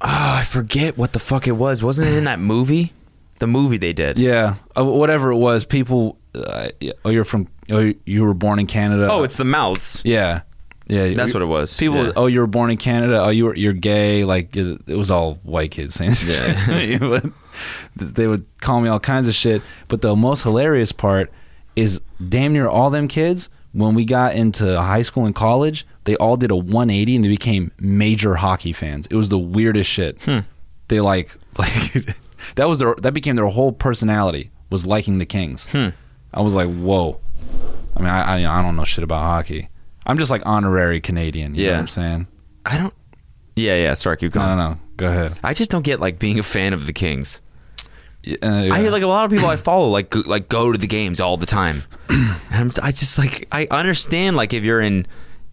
Speaker 3: oh, I forget what the fuck it was. Wasn't it in that movie? The movie they did.
Speaker 2: Yeah, uh, whatever it was. People, uh, yeah, oh, you're from, oh, you were born in Canada.
Speaker 3: Oh, it's the mouths.
Speaker 2: yeah, yeah.
Speaker 3: That's what it was.
Speaker 2: People,
Speaker 3: Yeah.
Speaker 2: oh, you were born in Canada. Oh, you were, you're gay. Like you're- it was all white kids saying. Yeah. they would call me all kinds of shit. But the most hilarious part is damn near all them kids when we got into high school and college, they all did a 180 and they became major hockey fans. It was the weirdest shit.
Speaker 3: Hmm.
Speaker 2: They like like that was their that became their whole personality was liking the Kings.
Speaker 3: Hmm.
Speaker 2: I was like, whoa. I mean, I I, you know, I don't know shit about hockey. I'm just like honorary Canadian. You know
Speaker 3: Yeah.
Speaker 2: what I'm saying?
Speaker 3: I don't. Yeah, yeah. Sorry, keep
Speaker 2: I
Speaker 3: going.
Speaker 2: don't know. Go ahead.
Speaker 3: I just don't get like being a fan of the Kings.
Speaker 2: Y- uh, yeah.
Speaker 3: I like a lot of people I follow like go, like go to the games all the time. and I'm, I just like I understand like if you're in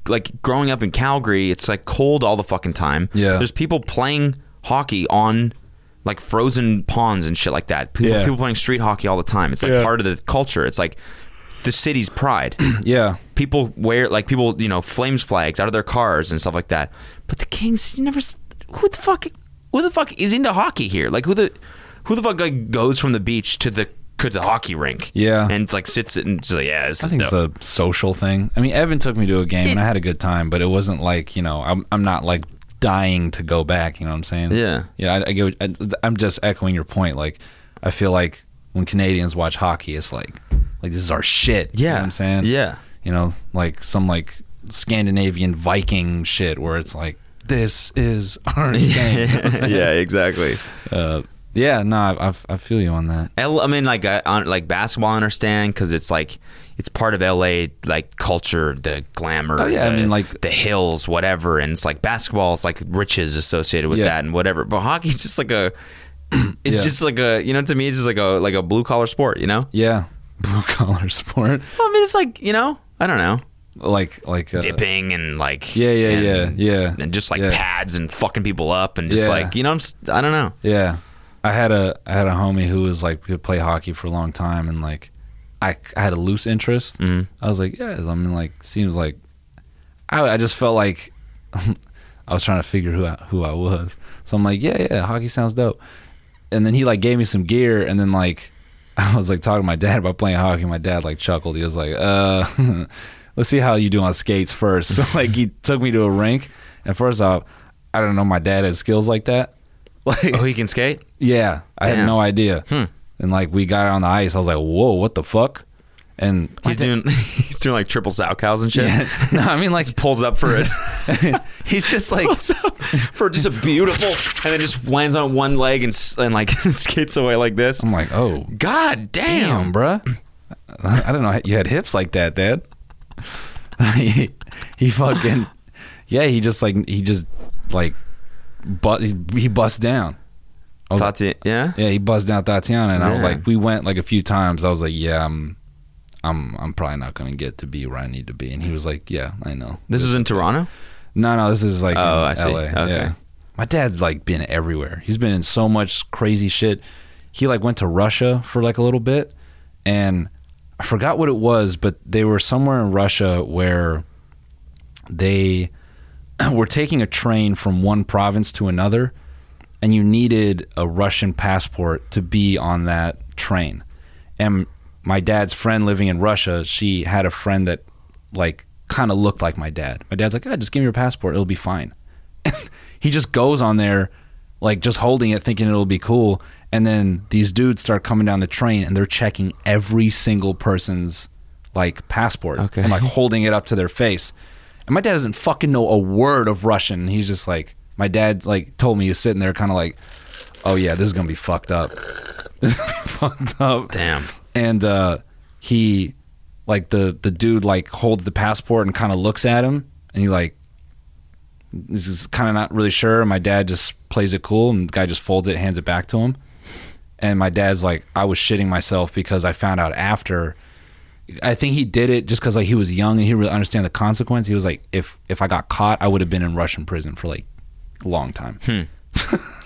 Speaker 3: like growing up in Calgary, it's like cold all the fucking time.
Speaker 2: Yeah.
Speaker 3: there's people playing hockey on like frozen ponds and shit like that. People,
Speaker 2: Yeah.
Speaker 3: people playing street hockey all the time. It's like
Speaker 2: Yeah.
Speaker 3: part of the culture. It's like the city's pride.
Speaker 2: yeah.
Speaker 3: people wear like people you know flames flags out of their cars and stuff like that. But the Kings, you never. s- Who the fuck? Who the fuck is into hockey here? Like who the who the fuck like goes from the beach to the to the hockey rink?
Speaker 2: Yeah.
Speaker 3: and it's like sits and just like, yeah, this
Speaker 2: I
Speaker 3: is
Speaker 2: think
Speaker 3: dope.
Speaker 2: it's a social thing. I mean, Evan took me to a game and I had a good time, but it wasn't like you know, I'm I'm not like dying to go back. You know what I'm saying?
Speaker 3: Yeah.
Speaker 2: Yeah. I, I get. what- I, am just echoing your point. Like, I feel like when Canadians watch hockey, it's like, like this is our shit. You know
Speaker 3: Yeah.
Speaker 2: what I'm saying.
Speaker 3: Yeah.
Speaker 2: You know, like some like Scandinavian Viking shit where it's like this is our game. You know what I'm saying?
Speaker 3: yeah, exactly.
Speaker 2: Uh, yeah. No, I, I I feel you on that.
Speaker 3: L, I mean, like I, on, like basketball, I understand because it's like it's part of LA like culture, the glamour.
Speaker 2: Oh, yeah, I
Speaker 3: the-
Speaker 2: mean, like-
Speaker 3: the hills, whatever. And it's like basketball is like riches associated with
Speaker 2: Yeah.
Speaker 3: that and whatever. But hockey's just like a, it's
Speaker 2: Yeah.
Speaker 3: just like a, you know, to me, it's just like a like a blue collar sport. You know,
Speaker 2: Yeah. Blue collar sport,
Speaker 3: well, I mean, it's like you know, I don't know,
Speaker 2: like like uh,
Speaker 3: dipping and like
Speaker 2: Yeah, yeah,
Speaker 3: and-
Speaker 2: yeah, yeah.
Speaker 3: and just like
Speaker 2: Yeah.
Speaker 3: pads and fucking people up and just
Speaker 2: Yeah.
Speaker 3: like you know, I'm, s- I don't know.
Speaker 2: Yeah, I had a I had a homie who was like could play hockey for a long time, and like I, I had a loose interest. mm I was like, yeah, I mean, like seems like I I just felt like I was trying to figure who I, who I was. So I'm like, yeah, yeah, hockey sounds dope. And then he like gave me some gear, and then like I was like talking to my dad about playing hockey. My dad like chuckled. He was like, uh, let's see how you do on skates first. So like he took me to a rink, and first off, I don't know my dad had skills like that. Like
Speaker 3: Oh, he can skate.
Speaker 2: yeah, I had
Speaker 3: Damn. Hmm.
Speaker 2: no idea. And like we got on the ice, I was like, "Whoa, what the fuck?" And
Speaker 3: He's doing he's doing like triple sow cows and shit.
Speaker 2: no, I mean like
Speaker 3: Pulls up for it.
Speaker 2: he's just like
Speaker 3: for just a beautiful, and then just lands on one leg and s- and like skates away like this.
Speaker 2: I'm like, "Oh,
Speaker 3: God damn!
Speaker 2: damn, bruh, I I don't know you had hips like that, Dad." he, he fucking yeah, he just like he just like but he, he bust down. I was like,
Speaker 3: Thought it- yeah.
Speaker 2: yeah, he buzzed down Tatiana, and I was
Speaker 3: Yeah.
Speaker 2: like, we went like a few times. I was like, yeah, I'm, I'm, I'm probably not gonna get to be where I need to be. And he was like, yeah, I know.
Speaker 3: This is in Toronto.
Speaker 2: No, no, this is like
Speaker 3: Oh,
Speaker 2: in
Speaker 3: I see.
Speaker 2: LA.
Speaker 3: Okay.
Speaker 2: Yeah. My dad's like been everywhere. He's been in so much crazy shit. He like went to Russia for like a little bit and I forgot what it was, but they were somewhere in Russia where they were taking a train from one province to another and you needed a Russian passport to be on that train. And my dad's friend living in Russia, she had a friend that like kind of looked like my dad. My dad's like, "Ah, just give me your passport, it'll be fine." he just goes on there like just holding it thinking it'll be cool and then these dudes start coming down the train and they're checking every single person's like passport okay. and like holding it up to their face and my dad doesn't fucking know a word of russian he's just like my dad like told me he was sitting there kind of like oh yeah this is gonna be fucked up this is gonna be fucked up
Speaker 3: Damn.
Speaker 2: and uh, he like the the dude like holds the passport and kind of looks at him and he like this is kind of not really sure and my dad just plays it cool and the guy just folds it hands it back to him and my dad's like i was shitting myself because i found out after i think he did it just because like he was young and he didn't really understand the consequence he was like if if i got caught i would have been in russian prison for like a long time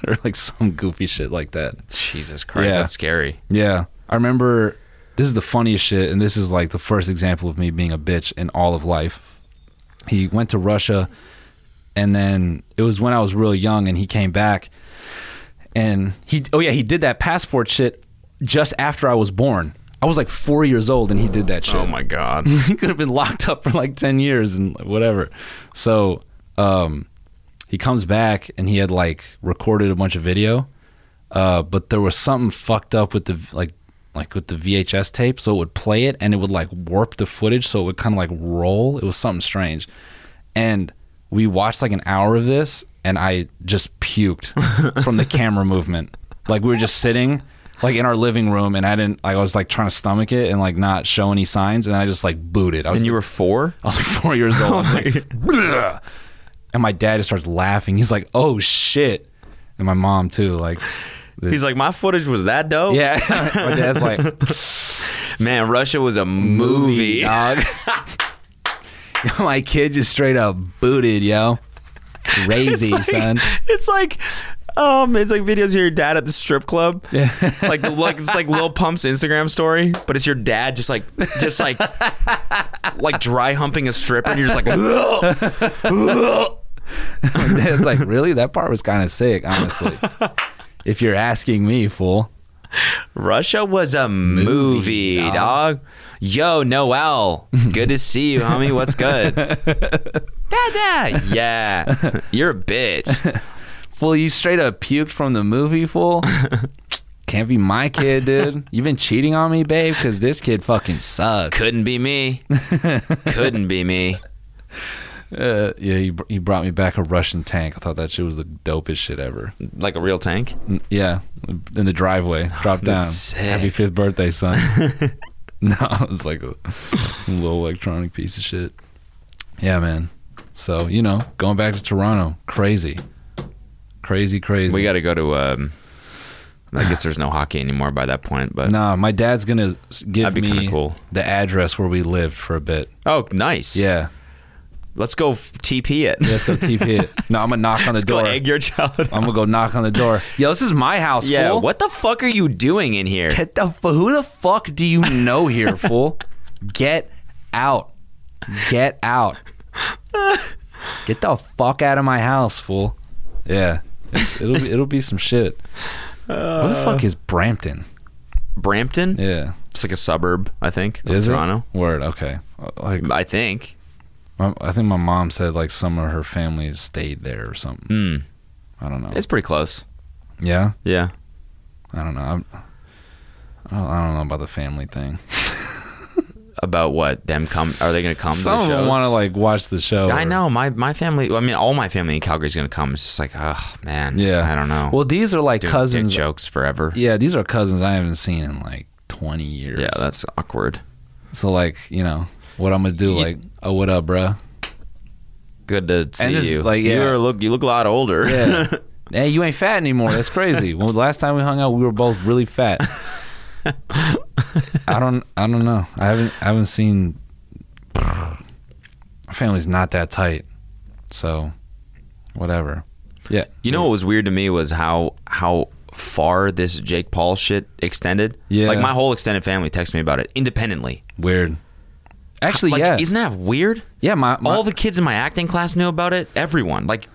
Speaker 2: or like some goofy shit like that
Speaker 3: Jesus Christ,
Speaker 2: Yeah.
Speaker 3: that's scary.
Speaker 2: yeah. I remember this is the funniest shit, and this is like the first example of me being a bitch in all of life. He went to Russia, and then it was when I was real young, and he came back, and he oh yeah he did that passport shit just after I was born. I was like four years old, and he did that shit
Speaker 3: Oh my God.
Speaker 2: he could have been locked up for like 10 years and whatever. So, um, he comes back and he had like recorded a bunch of video, uh, but there was something fucked up with the like like with the VHS tape, so it would play it and it would like warp the footage, so it would kind of like roll. It was something strange, and we watched like an hour of this, and I just puked from the camera movement. Like we were just sitting like in our living room, and I didn't like I was like trying to stomach it and like not show any signs, and I just like booted. I was
Speaker 3: And you were four?
Speaker 2: I was like four years old. I was like, "Bleh." and my dad just starts laughing. He's like, "Oh shit!" And my mom too. Like,
Speaker 3: He's like, my footage was that dope?
Speaker 2: yeah. my dad's like,
Speaker 3: Man, Russia was a movie.
Speaker 2: dog. my kid just straight up booted, yo. Crazy son.
Speaker 3: It's like um, it's like videos of your dad at the strip club. Yeah. like like it's like Lil Pump's Instagram story, but it's your dad just like just like like dry humping a stripper and you're just like "Ugh."
Speaker 2: My dad's like, really? That part was kind of sick, honestly. If you're asking me, fool.
Speaker 3: Russia was a movie, dog. Yo, Noel. Good to see you, homie. What's good? Dada. Yeah. You're a bitch.
Speaker 2: Fool, you straight up puked from the movie, fool. Can't be my kid, dude. You've been cheating on me, babe, because this kid fucking sucks.
Speaker 3: Couldn't be me. Couldn't be me.
Speaker 2: Uh, yeah, he, br- he brought me back a Russian tank. I thought that shit was the dopest shit ever.
Speaker 3: Like a real tank?
Speaker 2: N- Yeah, in the driveway, dropped down.
Speaker 3: Oh, sick.
Speaker 2: Happy fifth birthday, son. no, it was like a, some little electronic piece of shit. Yeah, man. So you know, going back to Toronto, crazy, crazy, crazy.
Speaker 3: We got to go to. Um, I guess there's no hockey anymore by that point, but
Speaker 2: nah, my dad's gonna s- give
Speaker 3: That'd be kinda
Speaker 2: me
Speaker 3: cool.
Speaker 2: the address where we lived for a bit.
Speaker 3: oh, nice.
Speaker 2: Yeah,
Speaker 3: let's go f- TP it.
Speaker 2: let's go TP it. No, I'm gonna knock on the
Speaker 3: let's go
Speaker 2: door.
Speaker 3: egg your child.
Speaker 2: I'm gonna go knock on the door. Yo, this is my house.
Speaker 3: yeah,
Speaker 2: fool.
Speaker 3: what the fuck are you doing in here?
Speaker 2: Get the fu- who the fuck do you know here, fool? Get out. Get out. Get the fuck out of my house, fool. Yeah. It's, it'll be it'll be some shit. Where the fuck is Brampton?
Speaker 3: Brampton?
Speaker 2: Yeah.
Speaker 3: It's like a suburb, I think, of
Speaker 2: Is it?
Speaker 3: Toronto.
Speaker 2: Word, okay. Like
Speaker 3: I think.
Speaker 2: my, I think my mom said like some of her family stayed there or something.
Speaker 3: Hmm.
Speaker 2: I don't know.
Speaker 3: It's pretty close.
Speaker 2: Yeah?
Speaker 3: Yeah.
Speaker 2: I don't know. I'm, I don't, I don't know about the family thing.
Speaker 3: About what? Them come? Are they going to come?
Speaker 2: Some
Speaker 3: to
Speaker 2: of
Speaker 3: the
Speaker 2: them
Speaker 3: shows?
Speaker 2: want to like watch the show.
Speaker 3: I
Speaker 2: or-
Speaker 3: know my my family. well, I mean, all my family in Calgary is going to come. It's just like, oh man.
Speaker 2: Yeah.
Speaker 3: I don't know.
Speaker 2: Well, these are like
Speaker 3: Doing dick
Speaker 2: cousins
Speaker 3: jokes forever.
Speaker 2: Yeah, these are cousins I haven't seen in like 20 years.
Speaker 3: Yeah, that's awkward.
Speaker 2: so like you know what I'm gonna do?
Speaker 3: Ye-
Speaker 2: like, oh, what up, bruh?
Speaker 3: Good to see
Speaker 2: it's
Speaker 3: you.
Speaker 2: like,
Speaker 3: you
Speaker 2: yeah.
Speaker 3: are look. You look a lot older.
Speaker 2: Yeah. hey, you ain't fat anymore. That's crazy. well, last time we hung out, we were both really fat. I don't, I don't know. I haven't, I haven't seen. My family's not that tight, so whatever. Yeah,
Speaker 3: You know what was weird to me was how how far this Jake Paul shit extended.
Speaker 2: Yeah.
Speaker 3: like my whole extended family texted me about it independently.
Speaker 2: weird. Actually,
Speaker 3: Like,
Speaker 2: yeah,
Speaker 3: isn't that weird?
Speaker 2: yeah. My, my
Speaker 3: All the kids in my acting class knew about it. Everyone, like,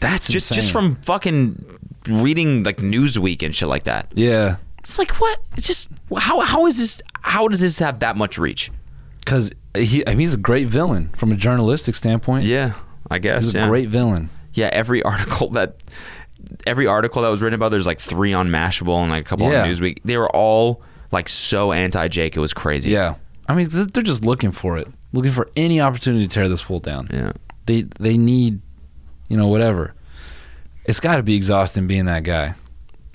Speaker 2: that's
Speaker 3: just
Speaker 2: insane.
Speaker 3: just from fucking reading like Newsweek and shit like that.
Speaker 2: yeah.
Speaker 3: It's like what? It's just how how is this? How does this have that much reach?
Speaker 2: Because he, I mean, he's a great villain from a journalistic standpoint.
Speaker 3: Yeah, I guess.
Speaker 2: he's a
Speaker 3: yeah.
Speaker 2: great villain.
Speaker 3: yeah, every article that every article that was written about there's like three on Mashable and like a couple
Speaker 2: Yeah.
Speaker 3: on Newsweek. They were all like so anti Jake, it was crazy.
Speaker 2: Yeah, I mean, th- they're just looking for it, looking for any opportunity to tear this fool down.
Speaker 3: Yeah.
Speaker 2: They they need, you know, whatever. It's got to be exhausting being that guy,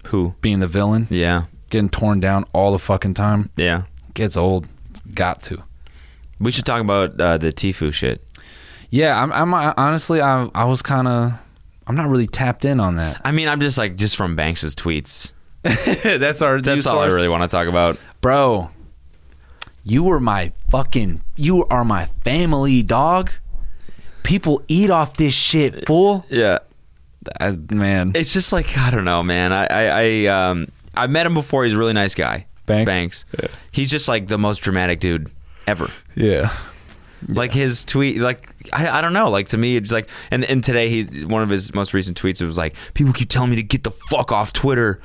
Speaker 3: Who?
Speaker 2: being the villain,
Speaker 3: Yeah.
Speaker 2: getting torn down all the fucking time.
Speaker 3: Yeah.
Speaker 2: Gets old. It's got to.
Speaker 3: We should talk about uh, the Tifu shit.
Speaker 2: Yeah, I'm. I'm I, honestly, I I was kind of. I'm not really tapped in on that.
Speaker 3: I mean, I'm just like just from Banks's tweets.
Speaker 2: that's our.
Speaker 3: That's all I really want to talk about.
Speaker 2: bro you are my fucking you are my family dog people eat off this shit fool
Speaker 3: Yeah.
Speaker 2: I, man
Speaker 3: It's just like I don't know, man. I I, I um I met him before. He's a really nice guy.
Speaker 2: Banks?
Speaker 3: Banks. He's just like the most dramatic dude ever.
Speaker 2: yeah
Speaker 3: Like his tweet, like I, I don't know. Like to me, it's like and and today he one of his most recent tweets it was like people keep telling me to get the fuck off Twitter,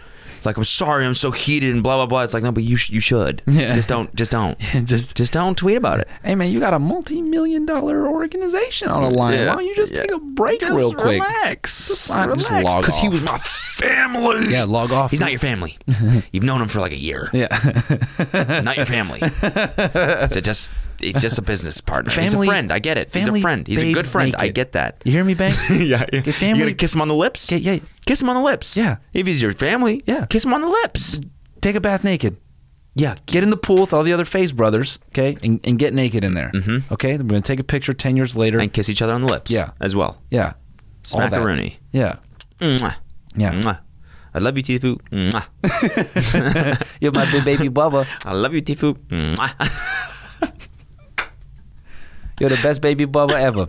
Speaker 3: like I'm sorry, I'm so heated and blah blah blah. It's like no, but you sh- you should.
Speaker 2: Yeah.
Speaker 3: Just don't. Just don't.
Speaker 5: Just-
Speaker 3: just don't tweet about it.
Speaker 2: Hey man, you got a multi-million dollar organization on the line.
Speaker 3: Yeah.
Speaker 2: Why don't you just
Speaker 3: Yeah.
Speaker 2: take a break real quick?
Speaker 3: Relax.
Speaker 2: Just sign- just log
Speaker 3: Because he
Speaker 2: off.
Speaker 3: was my family.
Speaker 2: Yeah, log off.
Speaker 3: He's not your family. You've known him for like a year.
Speaker 2: Yeah,
Speaker 3: Not your family. it's a just it's just a business partner. he's a
Speaker 5: Family-
Speaker 3: friend. I get it. He's a
Speaker 5: family
Speaker 3: friend. He's a good
Speaker 5: bathes
Speaker 3: friend. I
Speaker 5: naked.
Speaker 3: get that.
Speaker 5: You hear me, Banks?
Speaker 3: yeah, yeah.
Speaker 5: family-
Speaker 3: You gotta kiss him on the lips.
Speaker 5: Yeah, yeah.
Speaker 3: Kiss him on the lips.
Speaker 5: Yeah.
Speaker 3: If he's your family,
Speaker 5: Yeah.
Speaker 3: Kiss him on the lips.
Speaker 5: Take a bath naked.
Speaker 3: Yeah.
Speaker 2: get in the pool with all the other Phase brothers, okay, and, and get naked in there. Mm-hmm. Okay, we're gonna take a picture ten years later.
Speaker 3: And kiss each other on the lips.
Speaker 2: Yeah.
Speaker 3: As well.
Speaker 2: yeah, All that.
Speaker 3: Smackaroni.
Speaker 2: Yeah,
Speaker 3: Mwah.
Speaker 2: yeah.
Speaker 3: Mwah. I love you, Tifu. Mwah.
Speaker 5: You're my big baby Bubba.
Speaker 3: I love you, Tifu. Mwah.
Speaker 5: You're the best baby Bubba ever.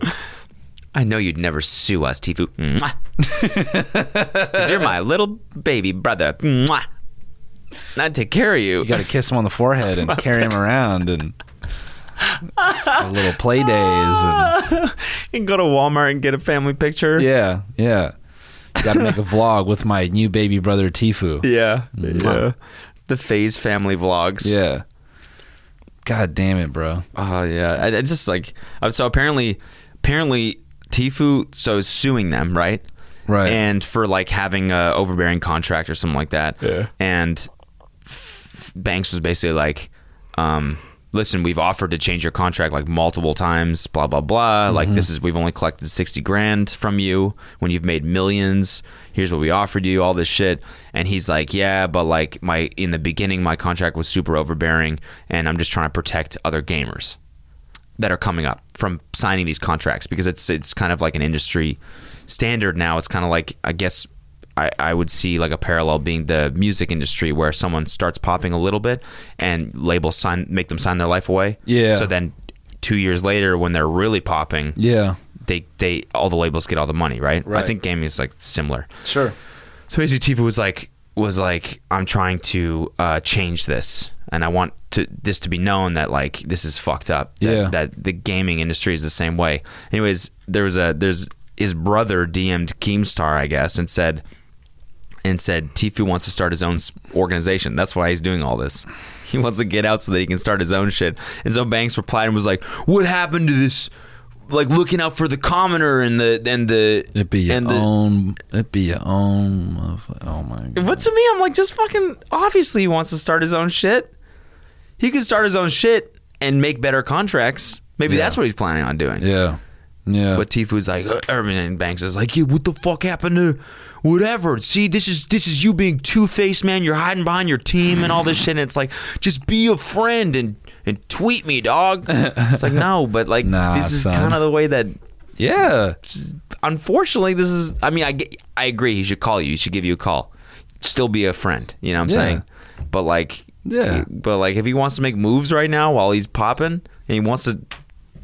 Speaker 3: I know you'd never sue us, Tifu. Mwah. 'Cause you're my little baby brother. Mwah. And I'd take care of you.
Speaker 2: You gotta kiss him on the forehead and carry him around and have little play days. And,
Speaker 3: You can go to Walmart and get a family picture.
Speaker 2: yeah, yeah. You gotta make a vlog with my new baby brother Tifu.
Speaker 3: Yeah. yeah. The Phase family vlogs.
Speaker 2: Yeah. God damn it, bro.
Speaker 3: Oh yeah, I, I just like uh, so apparently, apparently Tifu so is suing them right,
Speaker 2: Right.
Speaker 3: and for like having a overbearing contract or something like that.
Speaker 2: Yeah.
Speaker 3: And f- Banks was basically like, um, "Listen, we've offered to change your contract like multiple times, blah blah blah. Like this is we've only collected sixty grand from you when you've made millions. Here's what we offered you, all this shit." And he's like, "Yeah, but like my in the beginning, my contract was super overbearing, and I'm just trying to protect other gamers." that are coming up from signing these contracts because it's it's kind of like an industry standard now. It's kind of like I guess I, I would see like a parallel being the music industry where someone starts popping a little bit and labels sign make them sign their life away.
Speaker 2: Yeah.
Speaker 3: So then two years later when they're really popping,
Speaker 2: Yeah.
Speaker 3: they they all the labels get all the money, right?
Speaker 2: Right.
Speaker 3: I think gaming is like similar.
Speaker 2: Sure.
Speaker 3: So basically, Tifa was like, was like, I'm trying to uh, change this, and I want to this to be known that like this is fucked up. That,
Speaker 2: Yeah.
Speaker 3: That the gaming industry is the same way. Anyways, there was a there's his brother DM'd Keemstar, I guess, and said, and said Tifu wants to start his own s- organization. That's why he's doing all this. He wants to get out so that he can start his own shit. And so Banks replied and was like, "What happened to this? Like looking out for the commoner and the and the
Speaker 2: It'd be your
Speaker 3: and the,
Speaker 2: own. It'd be your own. motherfu- Oh my god.
Speaker 3: But to me, I'm like, just fucking. Obviously, he wants to start his own shit. He could start his own shit and make better contracts. Maybe that's what he's planning on doing.
Speaker 2: Yeah. Yeah.
Speaker 3: But Tifu's like, uh, Urban and Banks is like, yeah, what the fuck happened to whatever? See, this is this is you being two faced, man. You're hiding behind your team and all this shit. And it's like, just be a friend and and tweet me, dog. It's like, no, but like,
Speaker 2: Nah,
Speaker 3: this is
Speaker 2: son.
Speaker 3: kind of the way that
Speaker 2: yeah.
Speaker 3: unfortunately, this is. I mean, I get- I agree. He should call you. He should give you a call. Still be a friend. You know what I'm
Speaker 2: Yeah.
Speaker 3: saying? But like,
Speaker 2: Yeah.
Speaker 3: But like, if he wants to make moves right now while he's popping, and he wants to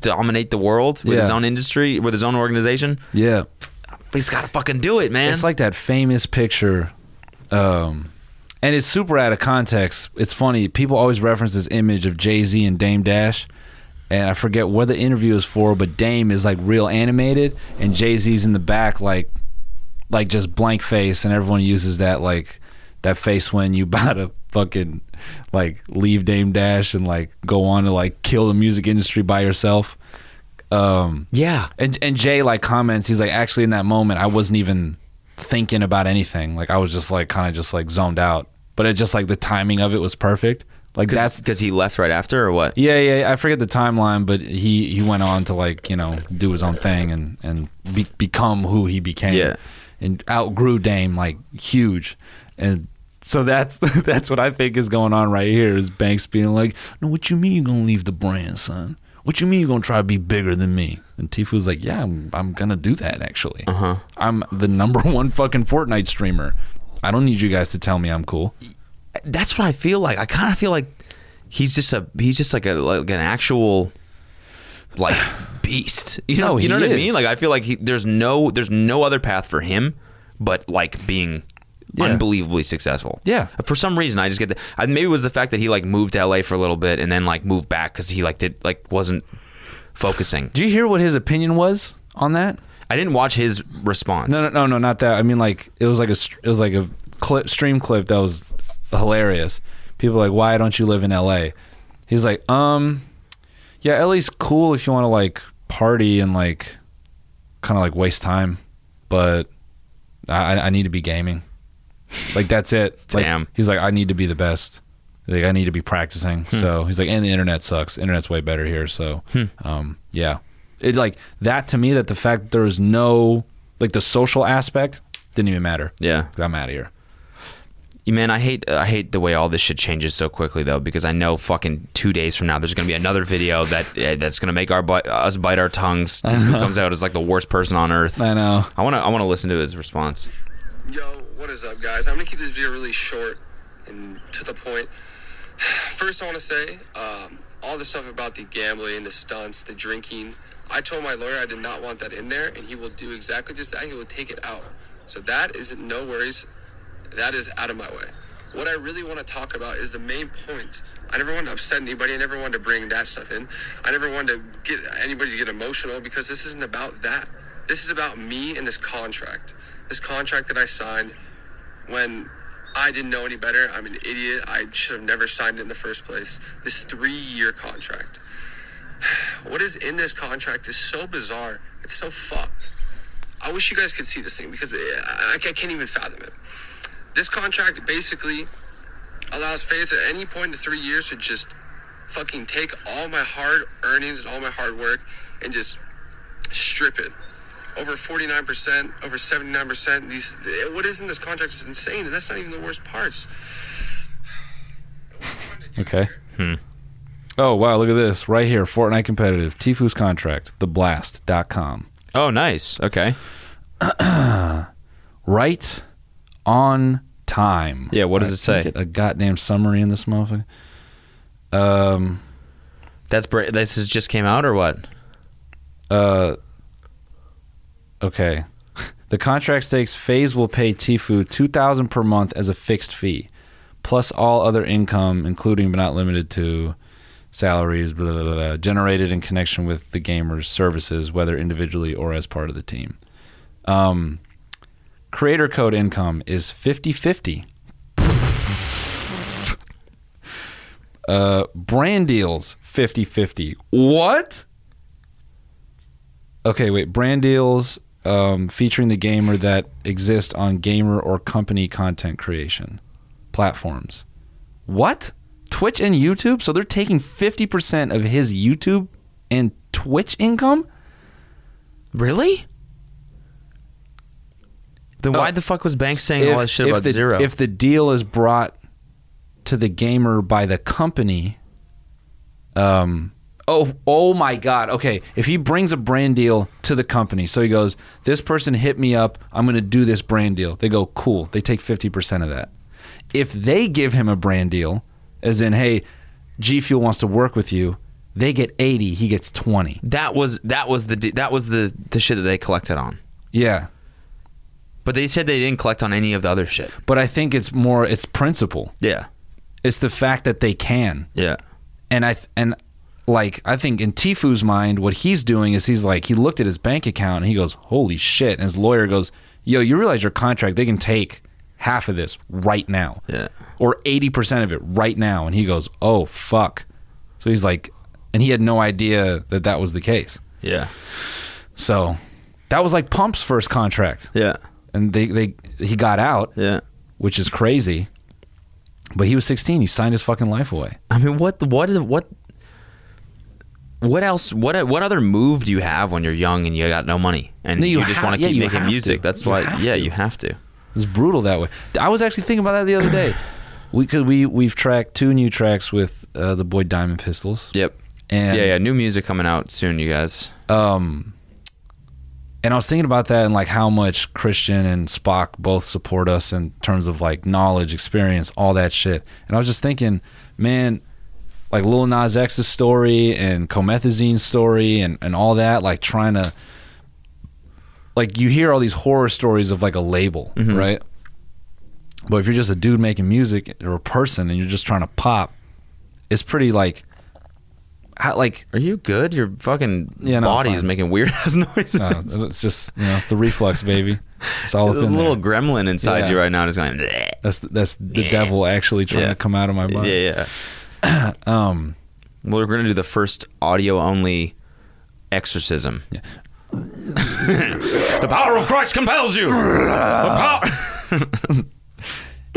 Speaker 3: dominate the world with his
Speaker 2: Yeah.
Speaker 3: own industry, with his own organization,
Speaker 2: Yeah.
Speaker 3: he's got to fucking do it, man.
Speaker 2: It's like that famous picture, um, and it's super out of context. It's funny. People always reference this image of Jay Z and Dame Dash, and I forget what the interview is for, but Dame is like real animated, and Jay Z's in the back, like, like just blank face, and everyone uses that like that face when you about to fucking like leave Dame Dash and like go on to like kill the music industry by yourself. Um,
Speaker 3: yeah,
Speaker 2: and and Jay like comments, he's like, actually in that moment I wasn't even thinking about anything. Like I was just like kind of just like zoned out. But it just like the timing of it was perfect. Like
Speaker 3: because
Speaker 2: that's
Speaker 3: because he left right after or what?
Speaker 2: yeah, yeah. I forget the timeline, but he he went on to like you know do his own thing and and be, become who he became.
Speaker 3: Yeah.
Speaker 2: and outgrew Dame like huge, and so that's that's what I think is going on right here is Banks being like, no, what you mean you're gonna leave the brand, son? What you mean you're gonna try to be bigger than me? And Tifu's like, yeah, I'm, I'm gonna do that actually. Uh-huh. I'm the number one fucking Fortnite streamer. I don't need you guys to tell me I'm cool.
Speaker 3: That's what I feel like. I kind of feel like he's just a he's just like a like an actual like beast. You know,
Speaker 2: No,
Speaker 3: you know
Speaker 2: he
Speaker 3: what I
Speaker 2: is.
Speaker 3: mean? Like I feel like he, there's no there's no other path for him but like being unbelievably successful. Uh,
Speaker 2: Yeah.
Speaker 3: For some reason, I just get that. I, maybe it was the fact that he like moved to LA for a little bit and then like moved back because he like did like wasn't focusing.
Speaker 2: Do you hear what his opinion was on that?
Speaker 3: I didn't watch his response.
Speaker 2: No, no, no, no, not that. I mean, like it was like a str- it was like a clip stream clip that was hilarious. People were like, why don't you live in L.A.? He's like, um, yeah, L.A.'s cool if you want to like party and like kind of like waste time, but I, I need to be gaming. Like that's it. Like,
Speaker 3: Damn.
Speaker 2: he's like, I need to be the best. Like I need to be practicing.
Speaker 3: Hmm.
Speaker 2: So he's like, and the internet sucks. Internet's way better here. So, um, yeah, it like that to me. That the fact that there was no like the social aspect didn't even matter.
Speaker 3: Yeah.
Speaker 2: I'm out of here.
Speaker 3: Man, I hate I hate the way all this shit changes so quickly though, because I know fucking two days from now there's gonna be another video that eh, that's gonna make our bite, us bite our tongues. Who comes out as like the worst person on earth?
Speaker 2: I know.
Speaker 3: I wanna I wanna listen to his response.
Speaker 6: Yo, what is up, guys? I'm gonna keep this video really short and to the point. First, I want to say um, all the stuff about the gambling, the stunts, the drinking. I told my lawyer I did not want that in there, and he will do exactly just that. He will take it out. So that is no worries. That is out of my way. What I really want to talk about is the main point. I never wanted to upset anybody. I never wanted to bring that stuff in. I never wanted to get anybody to get emotional because this isn't about that. This is about me and this contract. This contract that I signed when I didn't know any better. I'm an idiot. I should have never signed it in the first place. This three year contract. What is in this contract is so bizarre. It's so fucked. I wish you guys could see this thing because uh, I, I can't even fathom it. This contract basically allows FaZe at any point in the three years to just fucking take all my hard earnings and all my hard work and just strip it. Over 49%, over 79%. These, what is in this contract is insane, and that's not even the worst parts.
Speaker 2: Okay. Oh wow! Look at this right here. Fortnite competitive. Tfu's contract. TheBlast.com.
Speaker 3: Oh, nice. Okay.
Speaker 2: Right on time.
Speaker 3: Yeah, what does it
Speaker 2: Can I
Speaker 3: say?
Speaker 2: Get a goddamn summary in this motherfucker. Um.
Speaker 3: That's bra- this is just came out or what?
Speaker 2: Uh. Okay. The contract states Phase will pay Tfue two thousand per month as a fixed fee, plus all other income, including but not limited to salaries, blah, blah, blah, blah, generated in connection with the gamer's services, whether individually or as part of the team. Um, creator code income is 50-50. uh, brand deals 50-50. What? Okay, wait. Brand deals um, featuring the gamer that exist on gamer or company content creation platforms. What? Twitch and YouTube? So they're taking 50% of his YouTube and Twitch income?
Speaker 3: Really? Then why
Speaker 2: Oh.
Speaker 3: the fuck was Banks saying all that shit about
Speaker 2: the,
Speaker 3: zero?
Speaker 2: If the deal is brought to the gamer by the company, um, oh, oh my God. Okay, if he brings a brand deal to the company, so he goes, this person hit me up, I'm going to do this brand deal. They go, cool. They take 50% of that. If they give him a brand deal, as in, hey, G Fuel wants to work with you, they get 80, he gets 20.
Speaker 3: that was that was the d- that was the the shit that they collected on.
Speaker 2: Yeah.
Speaker 3: But they said they didn't collect on any of the other shit.
Speaker 2: But I think it's more, it's principle.
Speaker 3: Yeah.
Speaker 2: It's the fact that they can.
Speaker 3: Yeah.
Speaker 2: and I th- and like I think in Tfu's mind, what he's doing is he's like he looked at his bank account and he goes, "Holy shit!" And his lawyer goes, "Yo, you realize your contract? They can take half of this right now,
Speaker 3: Yeah.
Speaker 2: or eighty percent of it right now." And he goes, "Oh fuck!" So he's like, and he had no idea that that was the case.
Speaker 3: Yeah.
Speaker 2: So that was like Pump's first contract,
Speaker 3: Yeah.
Speaker 2: and they they he got out,
Speaker 3: Yeah.
Speaker 2: which is crazy. But he was sixteen. He signed his fucking life away.
Speaker 3: I mean, what what what what else? What what other move do you have when you're young and you got no money and
Speaker 2: No, you
Speaker 3: you, just
Speaker 2: ha-
Speaker 3: want
Speaker 2: yeah,
Speaker 3: keep
Speaker 2: you
Speaker 3: making
Speaker 2: have
Speaker 3: music?
Speaker 2: to.
Speaker 3: That's
Speaker 2: You
Speaker 3: why.
Speaker 2: have
Speaker 3: Yeah,
Speaker 2: to.
Speaker 3: you have to.
Speaker 2: It's brutal that way. I was actually thinking about that the other day. We could we we've tracked two new tracks with uh, the boy Diamond Pistols.
Speaker 3: Yep.
Speaker 2: And
Speaker 3: yeah, yeah. New music coming out soon, you guys.
Speaker 2: um and I was thinking about that and like how much Christian and Spock both support us in terms of like knowledge, experience, all that shit. And I was just thinking, man, like Lil Nas X's story and Comethazine's story and, and all that, like trying to like you hear all these horror stories of like a label,
Speaker 3: Mm-hmm.
Speaker 2: right? But if you're just a dude making music or a person and you're just trying to pop, it's pretty like how, like
Speaker 3: Are you good? Your fucking
Speaker 2: Yeah, no,
Speaker 3: body is
Speaker 2: fine.
Speaker 3: making weird ass noises.
Speaker 2: uh, it's just you know, it's the reflex, baby. It's all up
Speaker 3: There's a
Speaker 2: in
Speaker 3: little
Speaker 2: there.
Speaker 3: gremlin inside
Speaker 2: Yeah.
Speaker 3: you right now, just going. "Bleh."
Speaker 2: That's that's the devil actually trying
Speaker 3: Yeah.
Speaker 2: to come out of my
Speaker 3: Yeah,
Speaker 2: body.
Speaker 3: yeah.
Speaker 2: Um,
Speaker 3: Well, we're gonna do the first audio only exorcism. the power of Christ compels you. The power.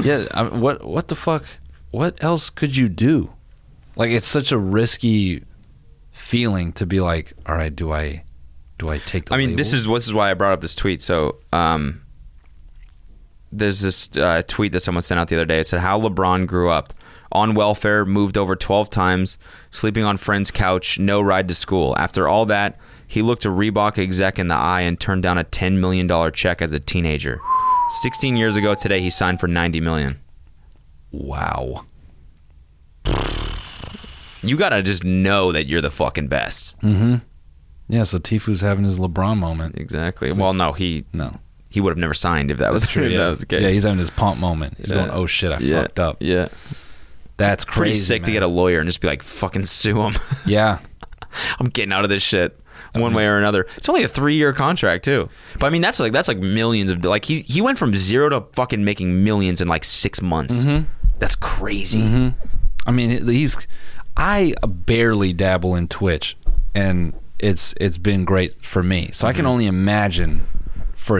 Speaker 2: yeah. I mean, what what the fuck? What else could you do? Like it's such a risky feeling to be like, all right, do I do I take? The
Speaker 3: I mean, this
Speaker 2: label?
Speaker 3: is this is why I brought up this tweet. So, um, there's this uh, tweet that someone sent out the other day. It said how LeBron grew up on welfare, moved over 12 times, sleeping on friend's couch, no ride to school. After all that, he looked a Reebok exec in the eye and turned down a 10 million dollar check as a teenager. 16 years ago today, he signed for 90 million.
Speaker 2: wow.
Speaker 3: You gotta just know that you're the fucking best.
Speaker 2: Mm-hmm. Yeah. So Tifu's having his LeBron moment.
Speaker 3: Exactly. Well, no, he
Speaker 2: No.
Speaker 3: he would have never signed if that was true.
Speaker 2: yeah.
Speaker 3: If that was the case.
Speaker 2: Yeah, he's having his pump moment. He's
Speaker 3: Yeah.
Speaker 2: going, "Oh shit, I
Speaker 3: Yeah.
Speaker 2: fucked up."
Speaker 3: Yeah.
Speaker 2: That's crazy.
Speaker 3: pretty sick to get a lawyer and just be like, fucking sue him.
Speaker 2: Yeah,
Speaker 3: I'm getting out of this shit one way or another. It's only a three year contract too. But I mean, that's like that's like millions of like he he went from zero to fucking making millions in like six months.
Speaker 2: Mm-hmm.
Speaker 3: That's crazy.
Speaker 2: I mean, he's. I barely dabble in Twitch, and it's it's been great for me. So I
Speaker 3: Mm-hmm.
Speaker 2: can only imagine for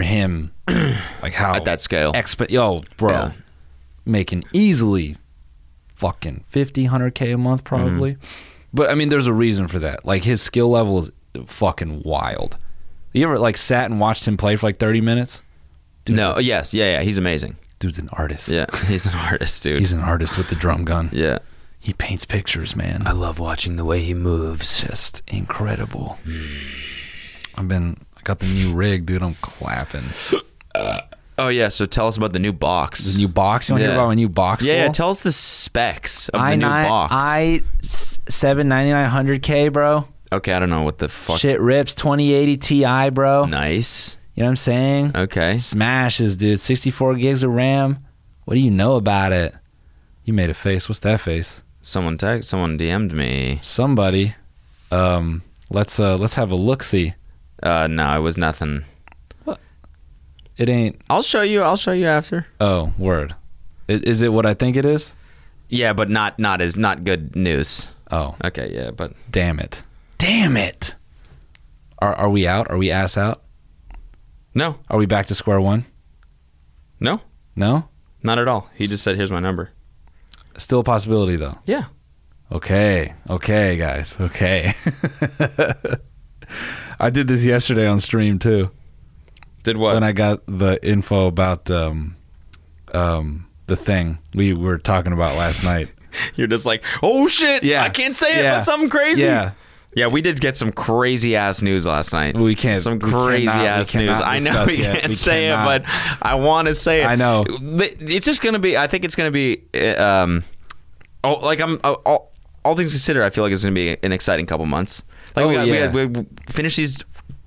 Speaker 2: him, like how
Speaker 3: At that scale.
Speaker 2: Exp- yo, bro,
Speaker 3: Yeah.
Speaker 2: making easily fucking 50, 100 k a month
Speaker 3: Mm-hmm.
Speaker 2: probably. But I mean, there's a reason for that. Like his skill level is fucking wild. You ever like sat and watched him play for like thirty minutes?
Speaker 3: no, yes, yeah, yeah, he's amazing.
Speaker 2: Dude's an artist.
Speaker 3: Yeah, he's an artist, dude.
Speaker 2: He's an artist with the drum gun.
Speaker 3: yeah.
Speaker 2: He paints pictures, man.
Speaker 3: love watching the way he moves. Hmm.
Speaker 2: Just incredible. I've been, I got the new rig, dude. I'm clapping.
Speaker 3: Oh yeah, so tell us about the new box.
Speaker 2: The new box. You want to
Speaker 3: Yeah.
Speaker 2: hear about my new box?
Speaker 3: yeah, yeah,
Speaker 2: wall?
Speaker 3: tell us the specs of
Speaker 5: I
Speaker 3: the new
Speaker 5: nine,
Speaker 3: box.
Speaker 5: I s- seven ninety nine hundred K, bro.
Speaker 3: okay, I don't know what the fuck.
Speaker 5: Shit rips twenty eighty Ti, bro.
Speaker 3: Nice.
Speaker 5: You know what I'm saying?
Speaker 3: Okay.
Speaker 2: Smashes, dude. 64 gigs of RAM. What do you know about it? You made a face. What's that face?
Speaker 3: Someone text. Someone DM'd me.
Speaker 2: Somebody. Um, let's uh, let's have a look. See,
Speaker 3: Uh, no, it was nothing.
Speaker 2: it ain't.
Speaker 3: I'll show you. I'll show you after.
Speaker 2: Oh, word. I- Is it what I think it is?
Speaker 3: Yeah, but not not as not good news.
Speaker 2: Oh,
Speaker 3: Okay, yeah, but
Speaker 2: damn it. Damn it. Are are we out? Are we ass out?
Speaker 3: no,
Speaker 2: Are we back to square one?
Speaker 3: no,
Speaker 2: No?
Speaker 3: not at all. He just said, "Here's my number."
Speaker 2: Still a possibility though.
Speaker 3: Yeah.
Speaker 2: Okay. Okay, guys. Okay. I did this yesterday on stream too.
Speaker 3: Did what?
Speaker 2: When I got the info about um um the thing we were talking about last night.
Speaker 3: You're just like, oh shit!
Speaker 2: Yeah.
Speaker 3: I can't say it.
Speaker 2: Yeah.
Speaker 3: That's something crazy.
Speaker 2: Yeah.
Speaker 3: Yeah, we did get some crazy ass news last night.
Speaker 2: We can't-
Speaker 3: Some
Speaker 2: we
Speaker 3: crazy
Speaker 2: cannot- we
Speaker 3: ass news.
Speaker 2: cannot
Speaker 3: I know
Speaker 2: discuss
Speaker 3: we
Speaker 2: yet.
Speaker 3: can't
Speaker 2: We
Speaker 3: say
Speaker 2: cannot.
Speaker 3: it, but I want to say it.
Speaker 2: I know.
Speaker 3: It's just gonna be. I think it's gonna be. uh, Um, oh, like I'm. oh, All, all things considered, I feel like it's gonna be an exciting couple months. Like we,
Speaker 2: Oh,
Speaker 3: got,
Speaker 2: yeah.
Speaker 3: we, got, we finished these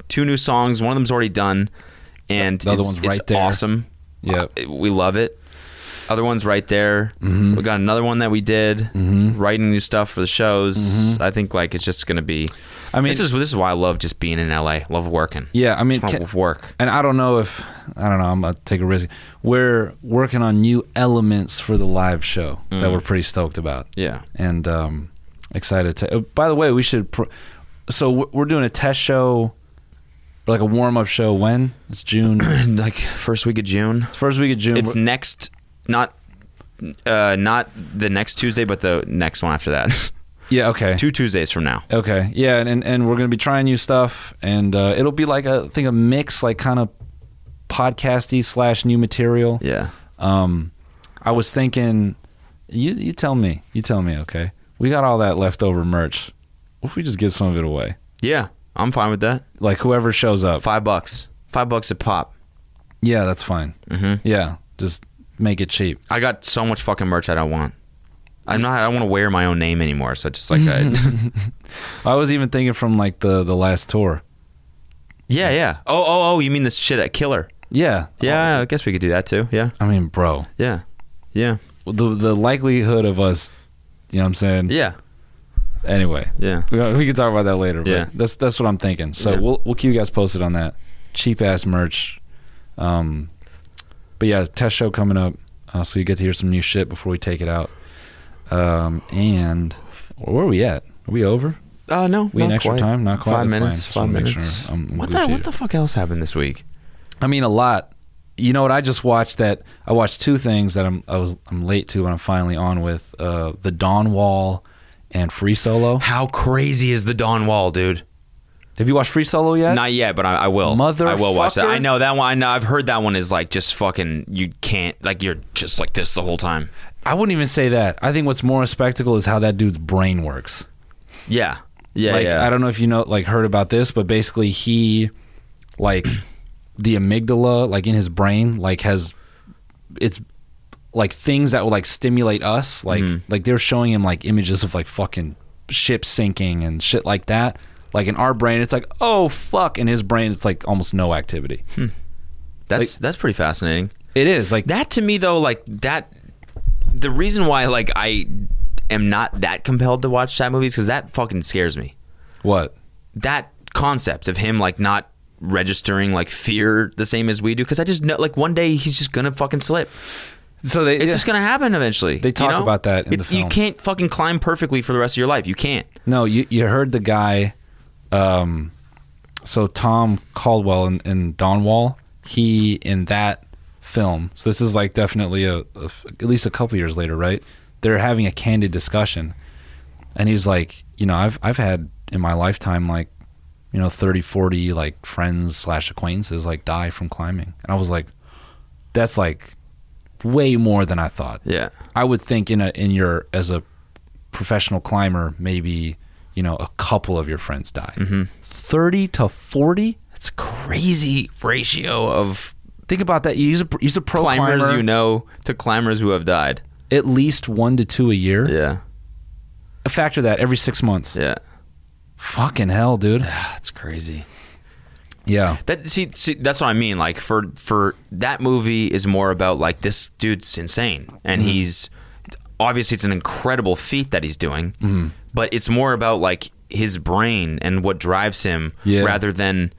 Speaker 3: two new songs. One of them's already done, and
Speaker 2: The other
Speaker 3: it's,
Speaker 2: one's
Speaker 3: it's
Speaker 2: right there.
Speaker 3: awesome.
Speaker 2: Yep.
Speaker 3: Uh, we love it. Other one's right there. We got another one that we did. Writing new stuff for the shows. I think like it's just gonna be.
Speaker 2: I mean
Speaker 3: This is this is why Mm-hmm. I love just being in LA. Love working.
Speaker 2: Yeah, I mean
Speaker 3: Just
Speaker 2: ca-
Speaker 3: love work.
Speaker 2: and I don't know if I don't know. I'm gonna take a risk. We're working on new elements for the live show that we're pretty stoked about.
Speaker 3: Yeah.
Speaker 2: and um, excited to. uh, By the way, we should. Pr- so we're- we're doing a test show, or like a warm up show. When it's June,
Speaker 3: like first week of June.
Speaker 2: first week of June.
Speaker 3: It's
Speaker 2: we're-
Speaker 3: next, not, uh, not the next Tuesday, but the next one after that.
Speaker 2: yeah, okay,
Speaker 3: Two Tuesdays from now.
Speaker 2: okay, yeah, and, and and we're gonna be trying new stuff, and uh, it'll be like a I think a mix, like kind of podcasty slash new material.
Speaker 3: Yeah.
Speaker 2: Um, I was thinking, you you tell me, you tell me, okay. We got all that leftover merch. What if we just give some of it away?
Speaker 3: Yeah. I'm fine with that.
Speaker 2: Like whoever shows up.
Speaker 3: Five bucks. Five bucks a pop.
Speaker 2: Yeah, that's fine.
Speaker 3: Mhm.
Speaker 2: Yeah, just make it cheep.
Speaker 3: I got so much fucking merch I don't want. I'm not. I don't want to wear my own name anymore. So just like, I,
Speaker 2: I was even thinking from like the the last tour.
Speaker 3: yeah, yeah. Oh, oh, oh. You mean this shit at Killer? Oh.
Speaker 2: Yeah,
Speaker 3: Yeah. I guess we could do that too. Yeah.
Speaker 2: I mean, bro,
Speaker 3: Yeah. Yeah.
Speaker 2: the the likelihood of us, you know, what I'm saying,
Speaker 3: Yeah.
Speaker 2: Anyway,
Speaker 3: Yeah.
Speaker 2: we, we can talk about that later. But
Speaker 3: Yeah.
Speaker 2: that's that's what I'm thinking. So
Speaker 3: Yeah.
Speaker 2: we'll we'll keep you guys posted on that cheap ass merch. Um, but yeah, test show coming up, uh, so you get to hear some new shit before we take it out. Um, and where are we at? Are we over?
Speaker 3: Uh, no,
Speaker 2: We
Speaker 3: not
Speaker 2: in extra
Speaker 3: quite.
Speaker 2: time? Not quite.
Speaker 3: Five
Speaker 2: That's fine.
Speaker 3: minutes.
Speaker 2: Just
Speaker 3: Five
Speaker 2: wanna make
Speaker 3: minutes.
Speaker 2: sure I'm- I'm
Speaker 3: what the
Speaker 2: Gucci.
Speaker 3: What the fuck else happened this week?
Speaker 2: I mean, a lot. You know what? I just watched that. I watched two things that I'm I was I'm late to, and I'm finally on with uh, the Dawn Wall and Free Solo.
Speaker 3: How crazy is the Don Wall, dude?
Speaker 2: Have you watched Free Solo yet?
Speaker 3: Not yet, but I, I will. I will watch that.
Speaker 2: Motherfucker.
Speaker 3: I know that one. I know. I've heard that one is like just fucking. You can't like you're just like this the whole time.
Speaker 2: I wouldn't even say that. I think what's more a spectacle is how that dude's brain works.
Speaker 3: Yeah. Yeah.
Speaker 2: like
Speaker 3: yeah.
Speaker 2: I don't know if you know like heard about this, but basically he like the amygdala like in his brain like has it's like things that will like stimulate us like like they're showing him like images of like fucking ships sinking and shit like that. Like in our brain it's like oh fuck in his brain it's like almost no activity.
Speaker 3: That's that's pretty fascinating.
Speaker 2: It is like
Speaker 3: That to me though, like that, the reason why like I am not that compelled to watch that movies because that fucking scares me.
Speaker 2: what?
Speaker 3: That concept of him like not registering like fear the same as we do because I just know like one day he's just gonna fucking slip.
Speaker 2: So they
Speaker 3: It's
Speaker 2: yeah.
Speaker 3: just gonna happen eventually.
Speaker 2: They
Speaker 3: you
Speaker 2: talk
Speaker 3: know?
Speaker 2: about that in the
Speaker 3: You
Speaker 2: film.
Speaker 3: can't fucking climb perfectly for the rest of your life. You can't.
Speaker 2: No, you you heard the guy. Um, so Tom Caldwell in, in Donwall, he in that film. So this is like definitely a, a f- at least a couple years later, right? They're having a candid discussion, and he's like, you know, I've I've had in my lifetime like, you know, 30, 40 like friends slash acquaintances like die from climbing, and I was like, that's like way more than I thought.
Speaker 3: Yeah.
Speaker 2: I would think in a in your as a professional climber, maybe you know a couple of your friends die.
Speaker 3: Mm-hmm.
Speaker 2: Thirty to forty.
Speaker 3: That's a crazy ratio of
Speaker 2: Think about that. You use a use a pro
Speaker 3: climbers
Speaker 2: climber,
Speaker 3: you know to climbers who have died.
Speaker 2: at least one to two a year.
Speaker 3: Yeah.
Speaker 2: Factor that every six months.
Speaker 3: Yeah.
Speaker 2: Fucking hell, dude.
Speaker 3: That's crazy.
Speaker 2: Yeah,
Speaker 3: That see, see that's what I mean. Like for for that movie is more about like this dude's insane and
Speaker 2: Mm-hmm.
Speaker 3: he's obviously it's an incredible feat that he's doing,
Speaker 2: Mm-hmm.
Speaker 3: but it's more about like his brain and what drives him
Speaker 2: Yeah.
Speaker 3: rather than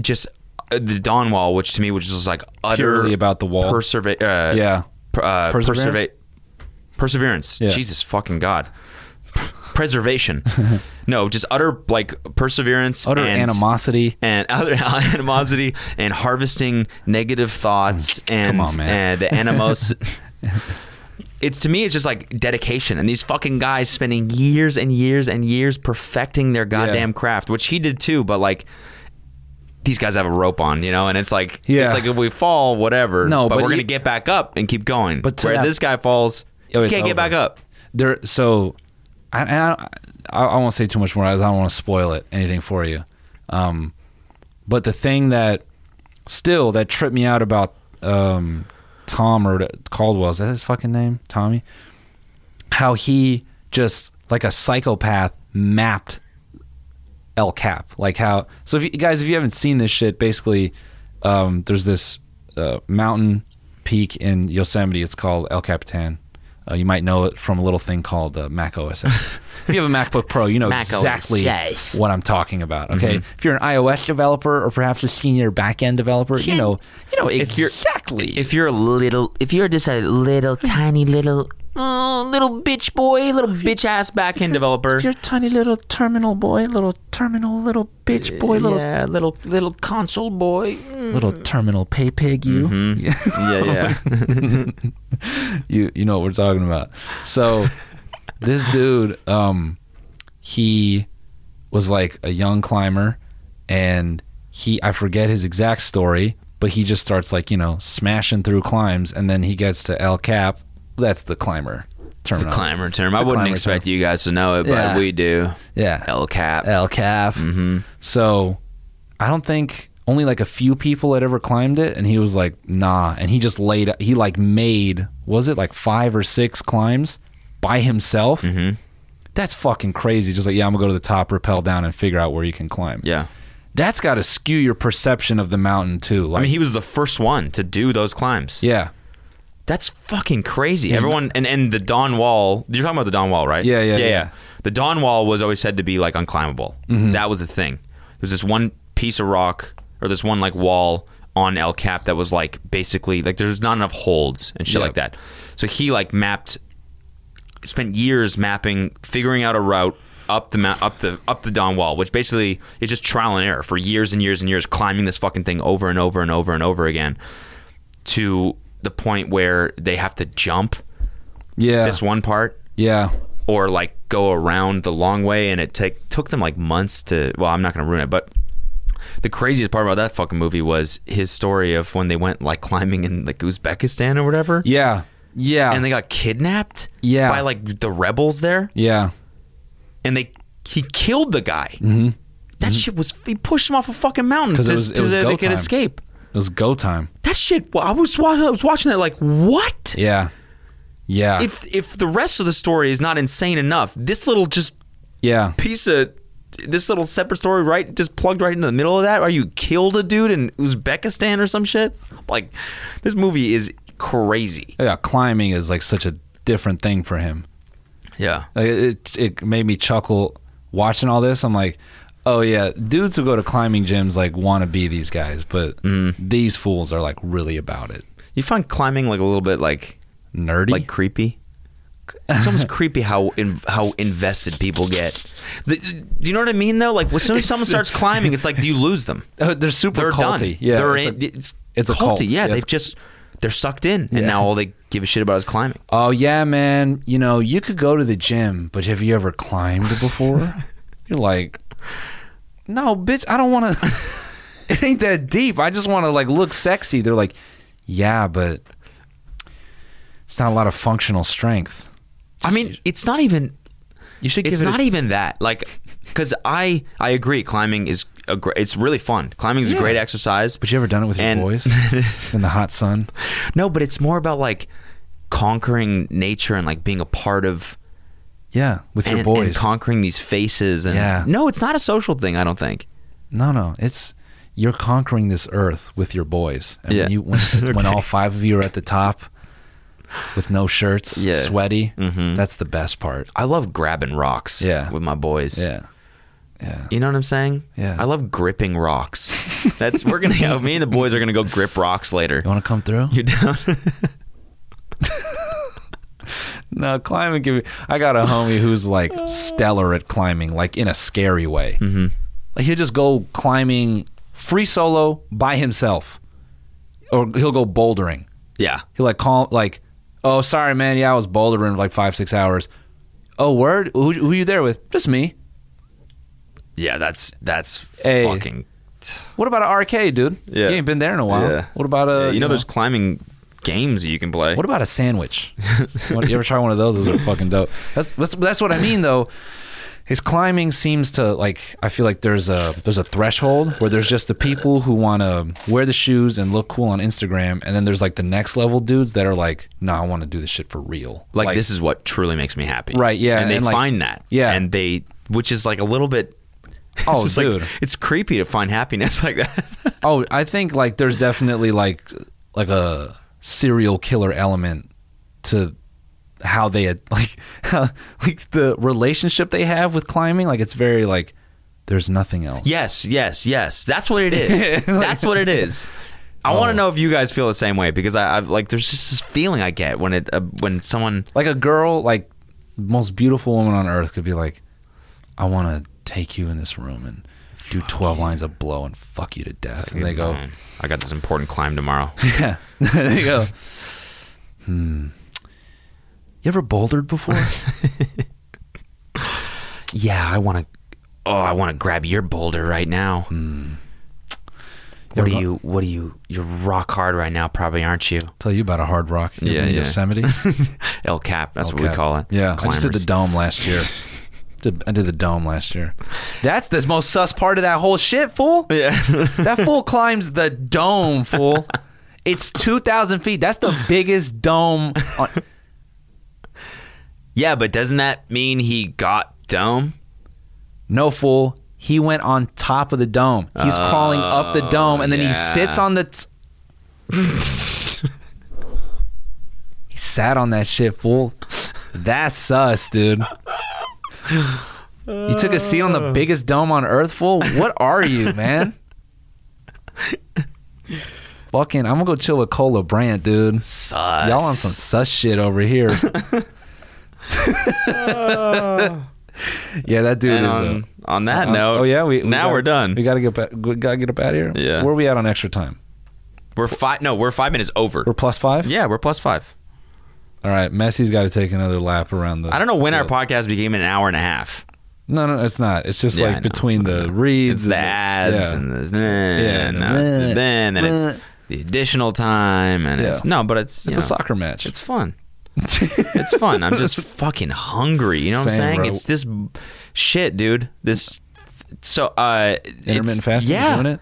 Speaker 3: just uh, the Don Wall, which to me was just like utter
Speaker 2: Purely about the wall.
Speaker 3: Perserva- uh,
Speaker 2: yeah.
Speaker 3: per- uh,
Speaker 2: Perseverance?
Speaker 3: perseverance. Perseverance.
Speaker 2: Yeah.
Speaker 3: Jesus fucking God. Preservation. no, just utter like perseverance.
Speaker 2: Utter
Speaker 3: and,
Speaker 2: animosity.
Speaker 3: and other animosity and harvesting negative thoughts and
Speaker 2: Mm. on, man.
Speaker 3: and the animos. it's to me, it's just like dedication and these fucking guys spending years and years and years perfecting their goddamn craft, which he did too. But like. These guys have a rope on, you know, and it's like
Speaker 2: Yeah.
Speaker 3: it's like if we fall, whatever.
Speaker 2: No, but
Speaker 3: we're
Speaker 2: you-
Speaker 3: gonna get back up and keep going.
Speaker 2: But to
Speaker 3: whereas
Speaker 2: that-
Speaker 3: this guy falls,
Speaker 2: Oh,
Speaker 3: he
Speaker 2: it's
Speaker 3: can't
Speaker 2: over.
Speaker 3: get back up.
Speaker 2: there so I, and I, I I won't say too much more. I don't want to spoil it anything for you. Um, but the thing that still that tripped me out about um, Tom or Caldwell is that his fucking name, Tommy? How he just like a psychopath mapped El Cap. Like how so if you guys if you haven't seen this shit, basically um, there's this uh, mountain peak in Yosemite. It's called El Capitan. Uh, you might know it from a little thing called uh, Mac OS. X. if you have a MacBook Pro, you know exactly what I'm talking about. Okay, if you're an iOS developer or perhaps a senior backend developer, you know, you know exactly.
Speaker 3: If you're a little, if you're just a little tiny little, oh, little bitch boy, little bitch ass backend developer,
Speaker 5: You're a tiny little terminal boy, little terminal, little bitch boy, little
Speaker 3: Uh, yeah, little little console boy. Mm.
Speaker 5: little terminal pay pig. You.
Speaker 2: Mm-hmm.
Speaker 3: Yeah, yeah.
Speaker 2: you you know what we're talking about. So this dude, um, he was like a young climber, and he I forget his exact story, but he just starts like you know smashing through climbs, and then he gets to El Cap. That's the climber
Speaker 3: it's
Speaker 2: terminal.
Speaker 3: a climber term. I
Speaker 2: It's a
Speaker 3: wouldn't
Speaker 2: climber
Speaker 3: expect you guys to know it, but
Speaker 2: Yeah. Uh,
Speaker 3: we do.
Speaker 2: Yeah,
Speaker 3: L cap.
Speaker 2: El Cap.
Speaker 3: Mm-hmm.
Speaker 2: So I don't think only like a few people had ever climbed it, and he was like, nah. And he just laid, he like made, was it like five or six climbs by himself? Mm-hmm. That's fucking crazy. Just like, yeah, I'm gonna go to the top, rappel down, and figure out where you can climb.
Speaker 3: yeah.
Speaker 2: That's got to skew your perception of the mountain too. Like,
Speaker 3: I mean, he was the first one to do those climbs.
Speaker 2: yeah,
Speaker 3: That's fucking crazy. Everyone and, and the Don Wall. You're talking about the Don Wall, right?
Speaker 2: Yeah, yeah,
Speaker 3: yeah.
Speaker 2: yeah.
Speaker 3: The Don Wall was always said to be like unclimbable.
Speaker 2: Mm-hmm.
Speaker 3: That was a thing. There was this one piece of rock or this one like wall on El Cap that was like basically like there's not enough holds and shit
Speaker 2: Yeah.
Speaker 3: like that. So he like mapped spent years mapping, figuring out a route up the mount, up the up the Don Wall, which basically is just trial and error for years and years and years, climbing this fucking thing over and over and over and over again, to the point where they have to jump
Speaker 2: Yeah.
Speaker 3: this one part
Speaker 2: Yeah.
Speaker 3: or like go around the long way, and it take took them like months to. Well, I'm not gonna ruin it, but. The craziest part about that fucking movie was his story of when they went like climbing in like Uzbekistan or whatever,
Speaker 2: Yeah. Yeah.
Speaker 3: and they got kidnapped,
Speaker 2: Yeah.
Speaker 3: by like the rebels there,
Speaker 2: yeah.
Speaker 3: and they he killed the guy. Mm-hmm. That shit was he pushed him off a fucking mountain
Speaker 2: 'Cause it
Speaker 3: to-
Speaker 2: was- it
Speaker 3: to
Speaker 2: was
Speaker 3: that
Speaker 2: go
Speaker 3: they could
Speaker 2: time.
Speaker 3: escape.
Speaker 2: It was go time.
Speaker 3: That shit. Well, I was wa- I was watching it like what?
Speaker 2: Yeah. Yeah.
Speaker 3: If if the rest of the story is not insane enough, this little just
Speaker 2: yeah.
Speaker 3: piece of this little separate story right just plugged right into the middle of that. Are you killed a dude in Uzbekistan or some shit? Like this movie is crazy.
Speaker 2: Yeah. Climbing is like such a different thing for him.
Speaker 3: Yeah.
Speaker 2: Like it, it made me chuckle watching all this. I'm like, oh yeah, dudes who go to climbing gyms like want to be these guys, but
Speaker 3: Mm-hmm.
Speaker 2: these fools are like really about it.
Speaker 3: You find climbing like a little bit like
Speaker 2: Nerdy.
Speaker 3: like creepy. It's almost creepy how in, how invested people get. The, do you know what I mean though? Like as soon as someone starts climbing, it's like you lose them.
Speaker 2: Oh, they're super
Speaker 3: They're
Speaker 2: culty.
Speaker 3: done.
Speaker 2: Yeah,
Speaker 3: they're
Speaker 2: it's
Speaker 3: in,
Speaker 2: a-
Speaker 3: it's
Speaker 2: it's a
Speaker 3: culty.
Speaker 2: cult.
Speaker 3: Yeah,
Speaker 2: Yeah,
Speaker 3: they've
Speaker 2: it's-
Speaker 3: just they're sucked in, and now all they give a shit about is climbing.
Speaker 2: oh yeah, man. You know, you could go to the gym, but have you ever climbed before? You're like, no, bitch. I don't want to. it ain't that deep. I just want to like look sexy. They're like, yeah, but it's not a lot of functional strength.
Speaker 3: I mean, it's not even
Speaker 2: You should give
Speaker 3: it's
Speaker 2: it.
Speaker 3: not
Speaker 2: a,
Speaker 3: even that like because I I agree climbing is a great it's really fun. Climbing is a great exercise.
Speaker 2: but you ever done it with your
Speaker 3: And-
Speaker 2: boys in the hot sun?
Speaker 3: No, but it's more about like conquering nature and like being a part of
Speaker 2: Yeah, with your
Speaker 3: and,
Speaker 2: boys.
Speaker 3: and conquering these faces and
Speaker 2: Yeah.
Speaker 3: no it's not a social thing i don't think
Speaker 2: No, no, it's you're conquering this earth with your boys. And
Speaker 3: Yeah.
Speaker 2: when, you, when, when all five of you are at the top with no shirts,
Speaker 3: Yeah. Mm-hmm.
Speaker 2: sweaty, that's the best part.
Speaker 3: i love grabbing rocks
Speaker 2: Yeah.
Speaker 3: with my boys
Speaker 2: Yeah.
Speaker 3: you know what i'm saying
Speaker 2: Yeah.
Speaker 3: i love gripping rocks that's we're gonna yeah, me and the boys are gonna go grip rocks later
Speaker 2: You want to come through?
Speaker 3: you down
Speaker 2: No, climbing. Can be, I got a homie who's like stellar at climbing, like in a scary way. Mm-hmm. Like he'll just go climbing free solo by himself, or he'll go bouldering.
Speaker 3: yeah
Speaker 2: He like call like, oh sorry man, yeah I was bouldering for like five six hours. Oh word, who who you there with? Just me.
Speaker 3: yeah that's that's
Speaker 2: Hey.
Speaker 3: fucking
Speaker 2: What about an arcade, dude?
Speaker 3: Yeah.
Speaker 2: you ain't been there in a while.
Speaker 3: Yeah.
Speaker 2: What about a
Speaker 3: Yeah, Uh, you know there's climbing games that you can play
Speaker 2: what about a sandwich? What- you ever try one of those? Those are fucking dope. That's that's that's what I mean though. His climbing seems to like. I feel like there's a there's a threshold where there's just the people who want to wear the shoes and look cool on Instagram, and then there's like the next level dudes that are like, no, I want to do this shit for real.
Speaker 3: like, this is what truly makes me happy
Speaker 2: Right, yeah,
Speaker 3: and they
Speaker 2: and, like-
Speaker 3: find that
Speaker 2: Yeah.
Speaker 3: and they which is like a little bit it's
Speaker 2: oh
Speaker 3: just, like,
Speaker 2: dude,
Speaker 3: it's creepy to find happiness like that
Speaker 2: Oh, I think like there's definitely like like a serial killer element to how they had like how, like the relationship they have with climbing. Like it's very like there's nothing else.
Speaker 3: Yes, yes, yes. That's what it is. That's what it is. I
Speaker 2: oh.
Speaker 3: want to know if you guys feel the same way because I, I like there's just this feeling I get when it uh, when someone
Speaker 2: Like a girl, like most beautiful woman on earth could be like, I want to take you in this room and do twelve lines of blow and fuck you to death. and they go,
Speaker 3: "Oh, "Man, I got this important climb tomorrow.
Speaker 2: yeah. they go. Hmm. You ever bouldered before?
Speaker 3: yeah, I want to. Oh, I want to grab your boulder right now.
Speaker 2: Hmm.
Speaker 3: What are you? What are you? You're rock hard right now, probably, aren't you?
Speaker 2: Tell you about a hard rock. You ever
Speaker 3: Yeah,
Speaker 2: been to
Speaker 3: yeah.
Speaker 2: Yosemite.
Speaker 3: El Cap. That's what
Speaker 2: Okay.
Speaker 3: we call it.
Speaker 2: Yeah, I just
Speaker 3: Climbers.
Speaker 2: did the dome last year. Did- I did the dome last year. That's the most sus part of that whole shit, fool.
Speaker 3: Yeah.
Speaker 2: That fool climbs the dome, fool. It's two thousand feet. That's the biggest dome. On,
Speaker 3: yeah, but doesn't that mean he got dome?
Speaker 2: no fool. He went on top of the dome. He's crawling up Oh, the dome, and then he
Speaker 3: yeah.
Speaker 2: sits on the. T- sat on that shit, fool. That's sus, dude. You took a seat on the biggest dome on earth, fool. What are you, man? Fucking, I'm gonna go chill with Cola Brandt, dude.
Speaker 3: Sus.
Speaker 2: Y'all on some sus shit over here. yeah, that dude
Speaker 3: And
Speaker 2: is.
Speaker 3: on,
Speaker 2: a,
Speaker 3: on that
Speaker 2: uh,
Speaker 3: note,
Speaker 2: oh yeah, we, we
Speaker 3: now
Speaker 2: got-
Speaker 3: we're done.
Speaker 2: We gotta get back. We gotta get up out of here.
Speaker 3: Yeah.
Speaker 2: where we at on extra time?
Speaker 3: We're five. No, we're five minutes over.
Speaker 2: We're plus five.
Speaker 3: yeah, we're plus five.
Speaker 2: All right, Messi's got to take another lap around the.
Speaker 3: I don't know when our
Speaker 2: the-
Speaker 3: podcast became an hour and a half.
Speaker 2: No, no, it's not. It's just
Speaker 3: Yeah, I know.
Speaker 2: like between the reads,
Speaker 3: It's the ads
Speaker 2: and
Speaker 3: and the then,
Speaker 2: Yeah.
Speaker 3: no, it's the then, and it's the additional time, and it's
Speaker 2: Yeah.
Speaker 3: no, but it's
Speaker 2: the-
Speaker 3: you
Speaker 2: it's
Speaker 3: know,
Speaker 2: a soccer match.
Speaker 3: It's fun. it's fun. I'm just fucking hungry. You know what I'm
Speaker 2: Same,
Speaker 3: saying?
Speaker 2: bro.
Speaker 3: It's this b- shit, dude. This so uh it's-
Speaker 2: intermittent fasting.
Speaker 3: Yeah.
Speaker 2: doing it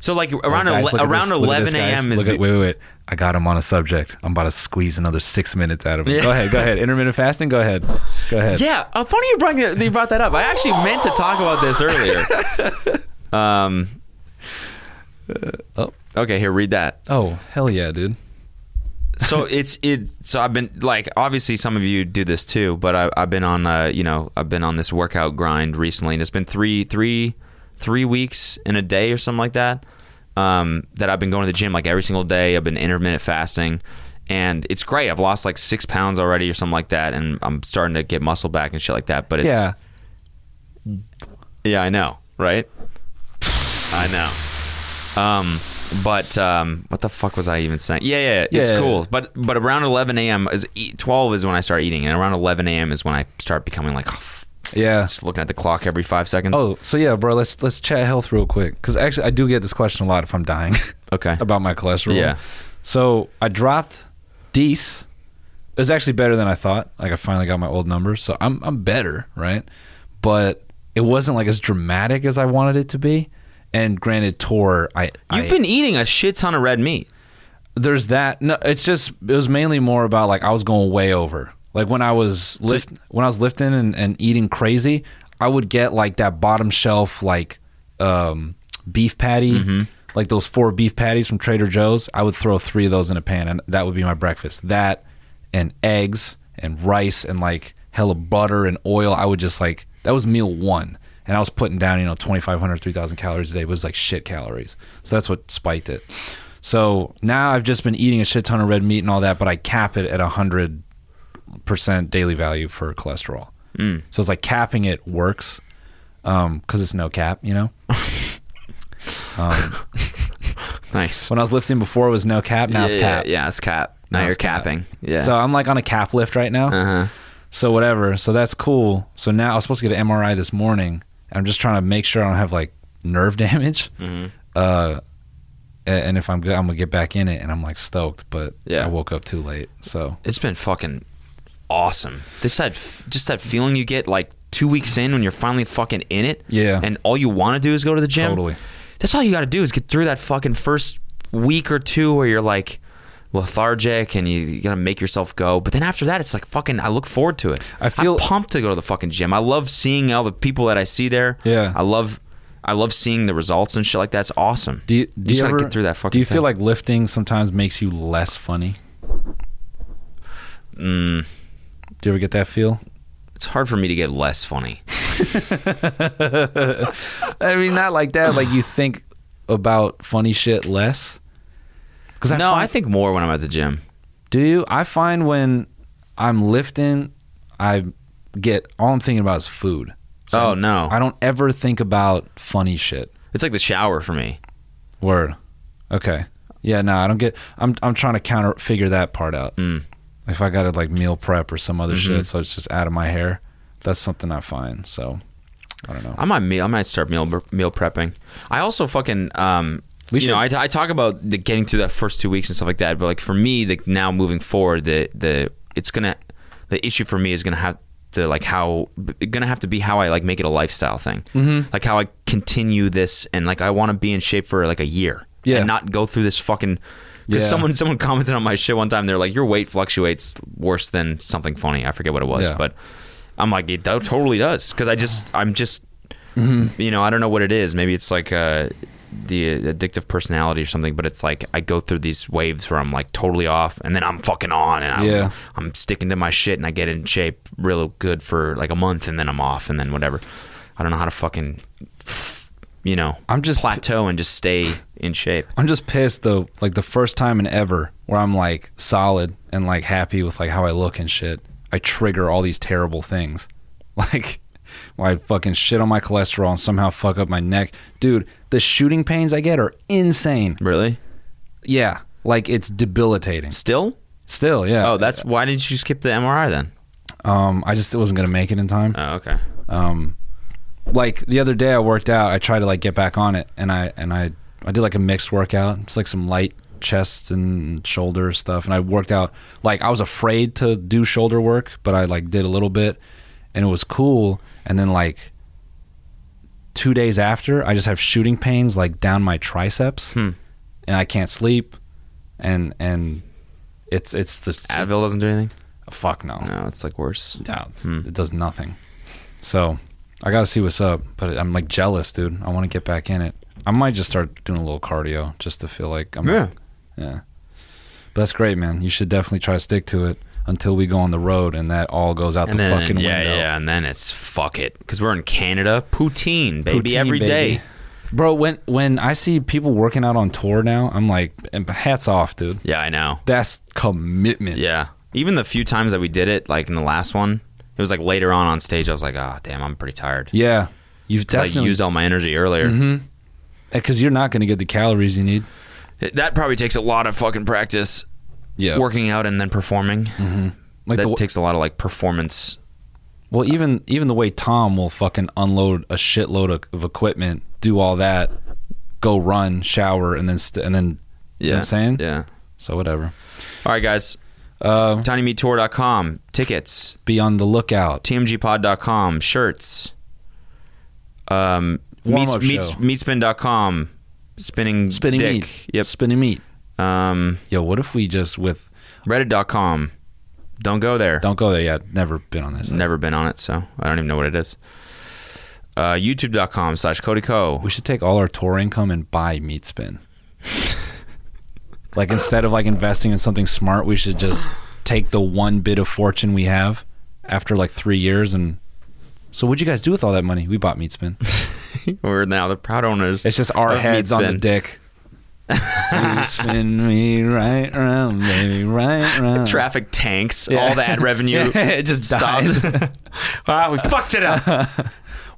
Speaker 3: So like around
Speaker 2: Oh, guys,
Speaker 3: ele-
Speaker 2: look at
Speaker 3: around
Speaker 2: this. Look at
Speaker 3: 11
Speaker 2: this, guys.
Speaker 3: a.m. is
Speaker 2: Look at,
Speaker 3: be-
Speaker 2: wait, wait, wait. I got him on a subject. I'm about to squeeze another six minutes out of him.
Speaker 3: Yeah.
Speaker 2: Go ahead, go ahead. Intermittent fasting. Go ahead, go ahead.
Speaker 3: yeah. Uh, funny you brought that- you brought that up. I actually meant to talk about this earlier. um.
Speaker 2: oh.
Speaker 3: Okay. Here, read that.
Speaker 2: Oh hell yeah, dude.
Speaker 3: so it's it so i've been like obviously some of you do this too but I, i've been on uh you know i've been on this workout grind recently and it's been three three three weeks in a day or something like that um that i've been going to the gym like every single day i've been intermittent fasting and it's great i've lost like six pounds already or something like that and i'm starting to get muscle back and shit like that but it's
Speaker 2: yeah,
Speaker 3: yeah, I know, right? I know. Um, but um, what the fuck was I even saying? Yeah, yeah, it's
Speaker 2: Yeah.
Speaker 3: cool. But but around 11 a.m. is e- 12 is when I start eating, and around 11 a.m. is when I start becoming like, oh, f-
Speaker 2: yeah.
Speaker 3: just looking at the clock every five seconds.
Speaker 2: Oh, so yeah, bro. Let's let's chat health real quick because actually I do get this question a lot if I'm dying
Speaker 3: okay.
Speaker 2: about my cholesterol.
Speaker 3: Yeah.
Speaker 2: So I dropped Dees. It was actually better than I thought. Like I finally got my old numbers, so I'm I'm better, right? But it wasn't like as dramatic as I wanted it to be. And granted, Tor, I
Speaker 3: You've
Speaker 2: I-
Speaker 3: been eating a shit ton of red meat.
Speaker 2: there's that. No, it's just it was mainly more about like I was going way over. Like when I was lift when I was lifting and, and eating crazy, I would get like that bottom shelf like um, beef patty, like those four beef patties from Trader Joe's. I would throw three of those in a pan, and that would be my breakfast. That and eggs and rice and like hella butter and oil. I would just like that was meal one. And I was putting down, you know, 2,500, 3,000 calories a day. It was like shit calories. So that's what spiked it. So now I've just been eating a shit ton of red meat and all that, but I cap it at 100% daily value for cholesterol. Mm. So it's like capping it works because it's no cap, you know?
Speaker 3: Nice.
Speaker 2: When I was lifting before, it was no cap. Now it's
Speaker 3: yeah,
Speaker 2: cap.
Speaker 3: Yeah, it's cap. Now,
Speaker 2: Now
Speaker 3: you're
Speaker 2: it's cap.
Speaker 3: capping. Yeah.
Speaker 2: So I'm like on a cap lift right now.
Speaker 3: uh-huh.
Speaker 2: So whatever. So that's cool. So now I was supposed to get an MRI this morning. I'm just trying to make sure I don't have like nerve damage.
Speaker 3: Mm-hmm.
Speaker 2: Uh, a- and if I'm good, I'm gonna get back in it. And I'm like stoked, but
Speaker 3: Yeah.
Speaker 2: I woke up too late. So
Speaker 3: It's been fucking awesome. This that f- just that feeling you get like two weeks in when you're finally fucking in it.
Speaker 2: Yeah.
Speaker 3: And all you want to do is go to the gym.
Speaker 2: Totally.
Speaker 3: That's all you got to do is get through that fucking first week or two where you're like lethargic and you, you gotta make yourself go. But then after that, it's like fucking. I look forward to it.
Speaker 2: I feel-
Speaker 3: I'm pumped to go to the fucking gym. I love seeing all the people that I see there.
Speaker 2: Yeah.
Speaker 3: I love. I love seeing the results and shit like that's awesome.
Speaker 2: do you, do
Speaker 3: just
Speaker 2: you
Speaker 3: gotta
Speaker 2: ever
Speaker 3: get through that fucking
Speaker 2: Do you
Speaker 3: thing.
Speaker 2: feel like lifting sometimes makes you less funny? Mm. Do you ever get that feel?
Speaker 3: it's hard for me to get less funny?
Speaker 2: I mean, not like that. Like you think about funny shit less. Because
Speaker 3: no, I think more when I'm at the gym.
Speaker 2: Do you? I find when I'm lifting, I get all I'm thinking about is food.
Speaker 3: oh no,
Speaker 2: I don't ever think about funny shit.
Speaker 3: It's like the shower for me.
Speaker 2: Word. Okay. Yeah. No, I don't get. I'm I'm trying to counter figure that part out.
Speaker 3: Mm.
Speaker 2: If I got to like meal prep or some other shit, so it's just out of my hair. That's something I find. So I don't know.
Speaker 3: I might meal, I might start meal meal prepping. I also fucking um
Speaker 2: We
Speaker 3: you know I, I talk about the getting through that first two weeks and stuff like that, but like for me, the now moving forward, the the it's gonna the issue for me is gonna have to like how gonna have to be how I like make it a lifestyle thing, mm-hmm. like how I continue this and like I want to be in shape for like a year,
Speaker 2: Yeah.
Speaker 3: and not go through this fucking. Because
Speaker 2: Yeah.
Speaker 3: someone someone commented on my shit one time, they're like, "Your weight fluctuates worse than something funny." I forget what it was,
Speaker 2: Yeah.
Speaker 3: but I'm like, it do- totally does because I just, I'm just, you know, I don't know what it is. Maybe it's like, uh, the addictive personality or something, but it's like I go through these waves where I'm like totally off, and then I'm fucking on, and I'm,
Speaker 2: Yeah.
Speaker 3: I'm sticking to my shit, and I get in shape real good for like a month, and then I'm off, and then whatever. I don't know how to fucking, you know,
Speaker 2: I'm just-
Speaker 3: plateau and just stay in shape.
Speaker 2: I'm just pissed though. Like the first time in ever where I'm like solid and like happy with like how I look and shit. I trigger all these terrible things, like why I fucking shit on my cholesterol and somehow fuck up my neck, dude. The shooting pains I get are insane.
Speaker 3: Really?
Speaker 2: Yeah, like it's debilitating.
Speaker 3: Still?
Speaker 2: Still, yeah.
Speaker 3: Oh, that's why did you skip the MRI then?
Speaker 2: Um, I just wasn't gonna make it in time. Um,
Speaker 3: Oh, okay.
Speaker 2: like the other day I worked out, I tried to like get back on it and I and I I did like a mixed workout. It's like some light chest and shoulder stuff and I worked out like I was afraid to do shoulder work, but I like did a little bit and it was cool and then like 2 days after, I just have shooting pains like down my triceps
Speaker 3: Hmm.
Speaker 2: and I can't sleep and and it's it's just
Speaker 3: Advil doesn't do anything.
Speaker 2: fuck no.
Speaker 3: No, it's like worse.
Speaker 2: No, it's, it does nothing. So I got to see what's up, but I'm like jealous, dude. I want to get back in it. I might just start doing a little cardio just to feel like I'm.
Speaker 3: Yeah.
Speaker 2: yeah. But that's great, man. You should definitely try to stick to it until we go on the road and that all goes out
Speaker 3: And
Speaker 2: the
Speaker 3: then,
Speaker 2: fucking
Speaker 3: yeah,
Speaker 2: window.
Speaker 3: yeah, and then it's fuck it because we're in Canada. Poutine, baby,
Speaker 2: Poutine,
Speaker 3: every day.
Speaker 2: baby. Bro, when when I see people working out on tour now, I'm like, hats off, dude.
Speaker 3: Yeah, I know.
Speaker 2: That's commitment.
Speaker 3: Yeah, even the few times that we did it, like in the last one, it was like later on on stage. I was like, ah, damn, I'm pretty tired.
Speaker 2: Yeah. You've
Speaker 3: 'Cause I
Speaker 2: definitely Mm-hmm.
Speaker 3: used all my energy earlier.
Speaker 2: because you're not going to get the calories you need.
Speaker 3: It- That probably takes a lot of fucking practice,
Speaker 2: Yeah,
Speaker 3: working out and then performing.
Speaker 2: Mm-hmm. like
Speaker 3: that
Speaker 2: the,
Speaker 3: takes a lot of like performance.
Speaker 2: Well, even even the way Tom will fucking unload a shitload of, of equipment, do all that, go run, shower, and then st- and then
Speaker 3: Yeah,
Speaker 2: you know what I'm saying
Speaker 3: Yeah.
Speaker 2: So whatever.
Speaker 3: All right, guys.
Speaker 2: Uh,
Speaker 3: TinyMeatTour.com tickets.
Speaker 2: be on the lookout.
Speaker 3: tmgpod.com shirts um meets,
Speaker 2: Warm-up
Speaker 3: meets,
Speaker 2: show.
Speaker 3: meatspin.com spinning
Speaker 2: Spinning
Speaker 3: dick
Speaker 2: meat.
Speaker 3: yep
Speaker 2: Spinning meat.
Speaker 3: um
Speaker 2: Yo, what if we just with
Speaker 3: reddit.com don't go there
Speaker 2: don't go there yet? Never been on this.
Speaker 3: never been on it so i don't even know what it is uh youtube.com slash cody co
Speaker 2: We should take all our tour income and buy meat spin. like instead of like investing in something smart, we should just take the one bit of fortune we have after like three years and. So what'd you guys do with all that money? We bought meat spin.
Speaker 3: we're now the proud owners
Speaker 2: It's just our
Speaker 3: of
Speaker 2: heads on the
Speaker 3: Meatspin.
Speaker 2: dick. you spin me right round, baby, right round.
Speaker 3: traffic tanks all the ad revenue
Speaker 2: it just
Speaker 3: stopped
Speaker 2: dies.
Speaker 3: wow we fucked it up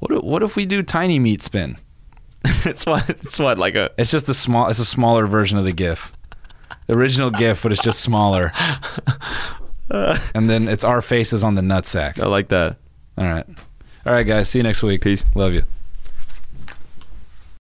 Speaker 2: what, if, what if we do tiny meat spin?
Speaker 3: it's what it's what like a
Speaker 2: It's just a small. It's a smaller version of the GIF. The original GIF, but it's just smaller. and then it's our faces on the nutsack.
Speaker 3: i like that
Speaker 2: All right, all right, guys. See you next week.
Speaker 3: Peace.
Speaker 2: Love you.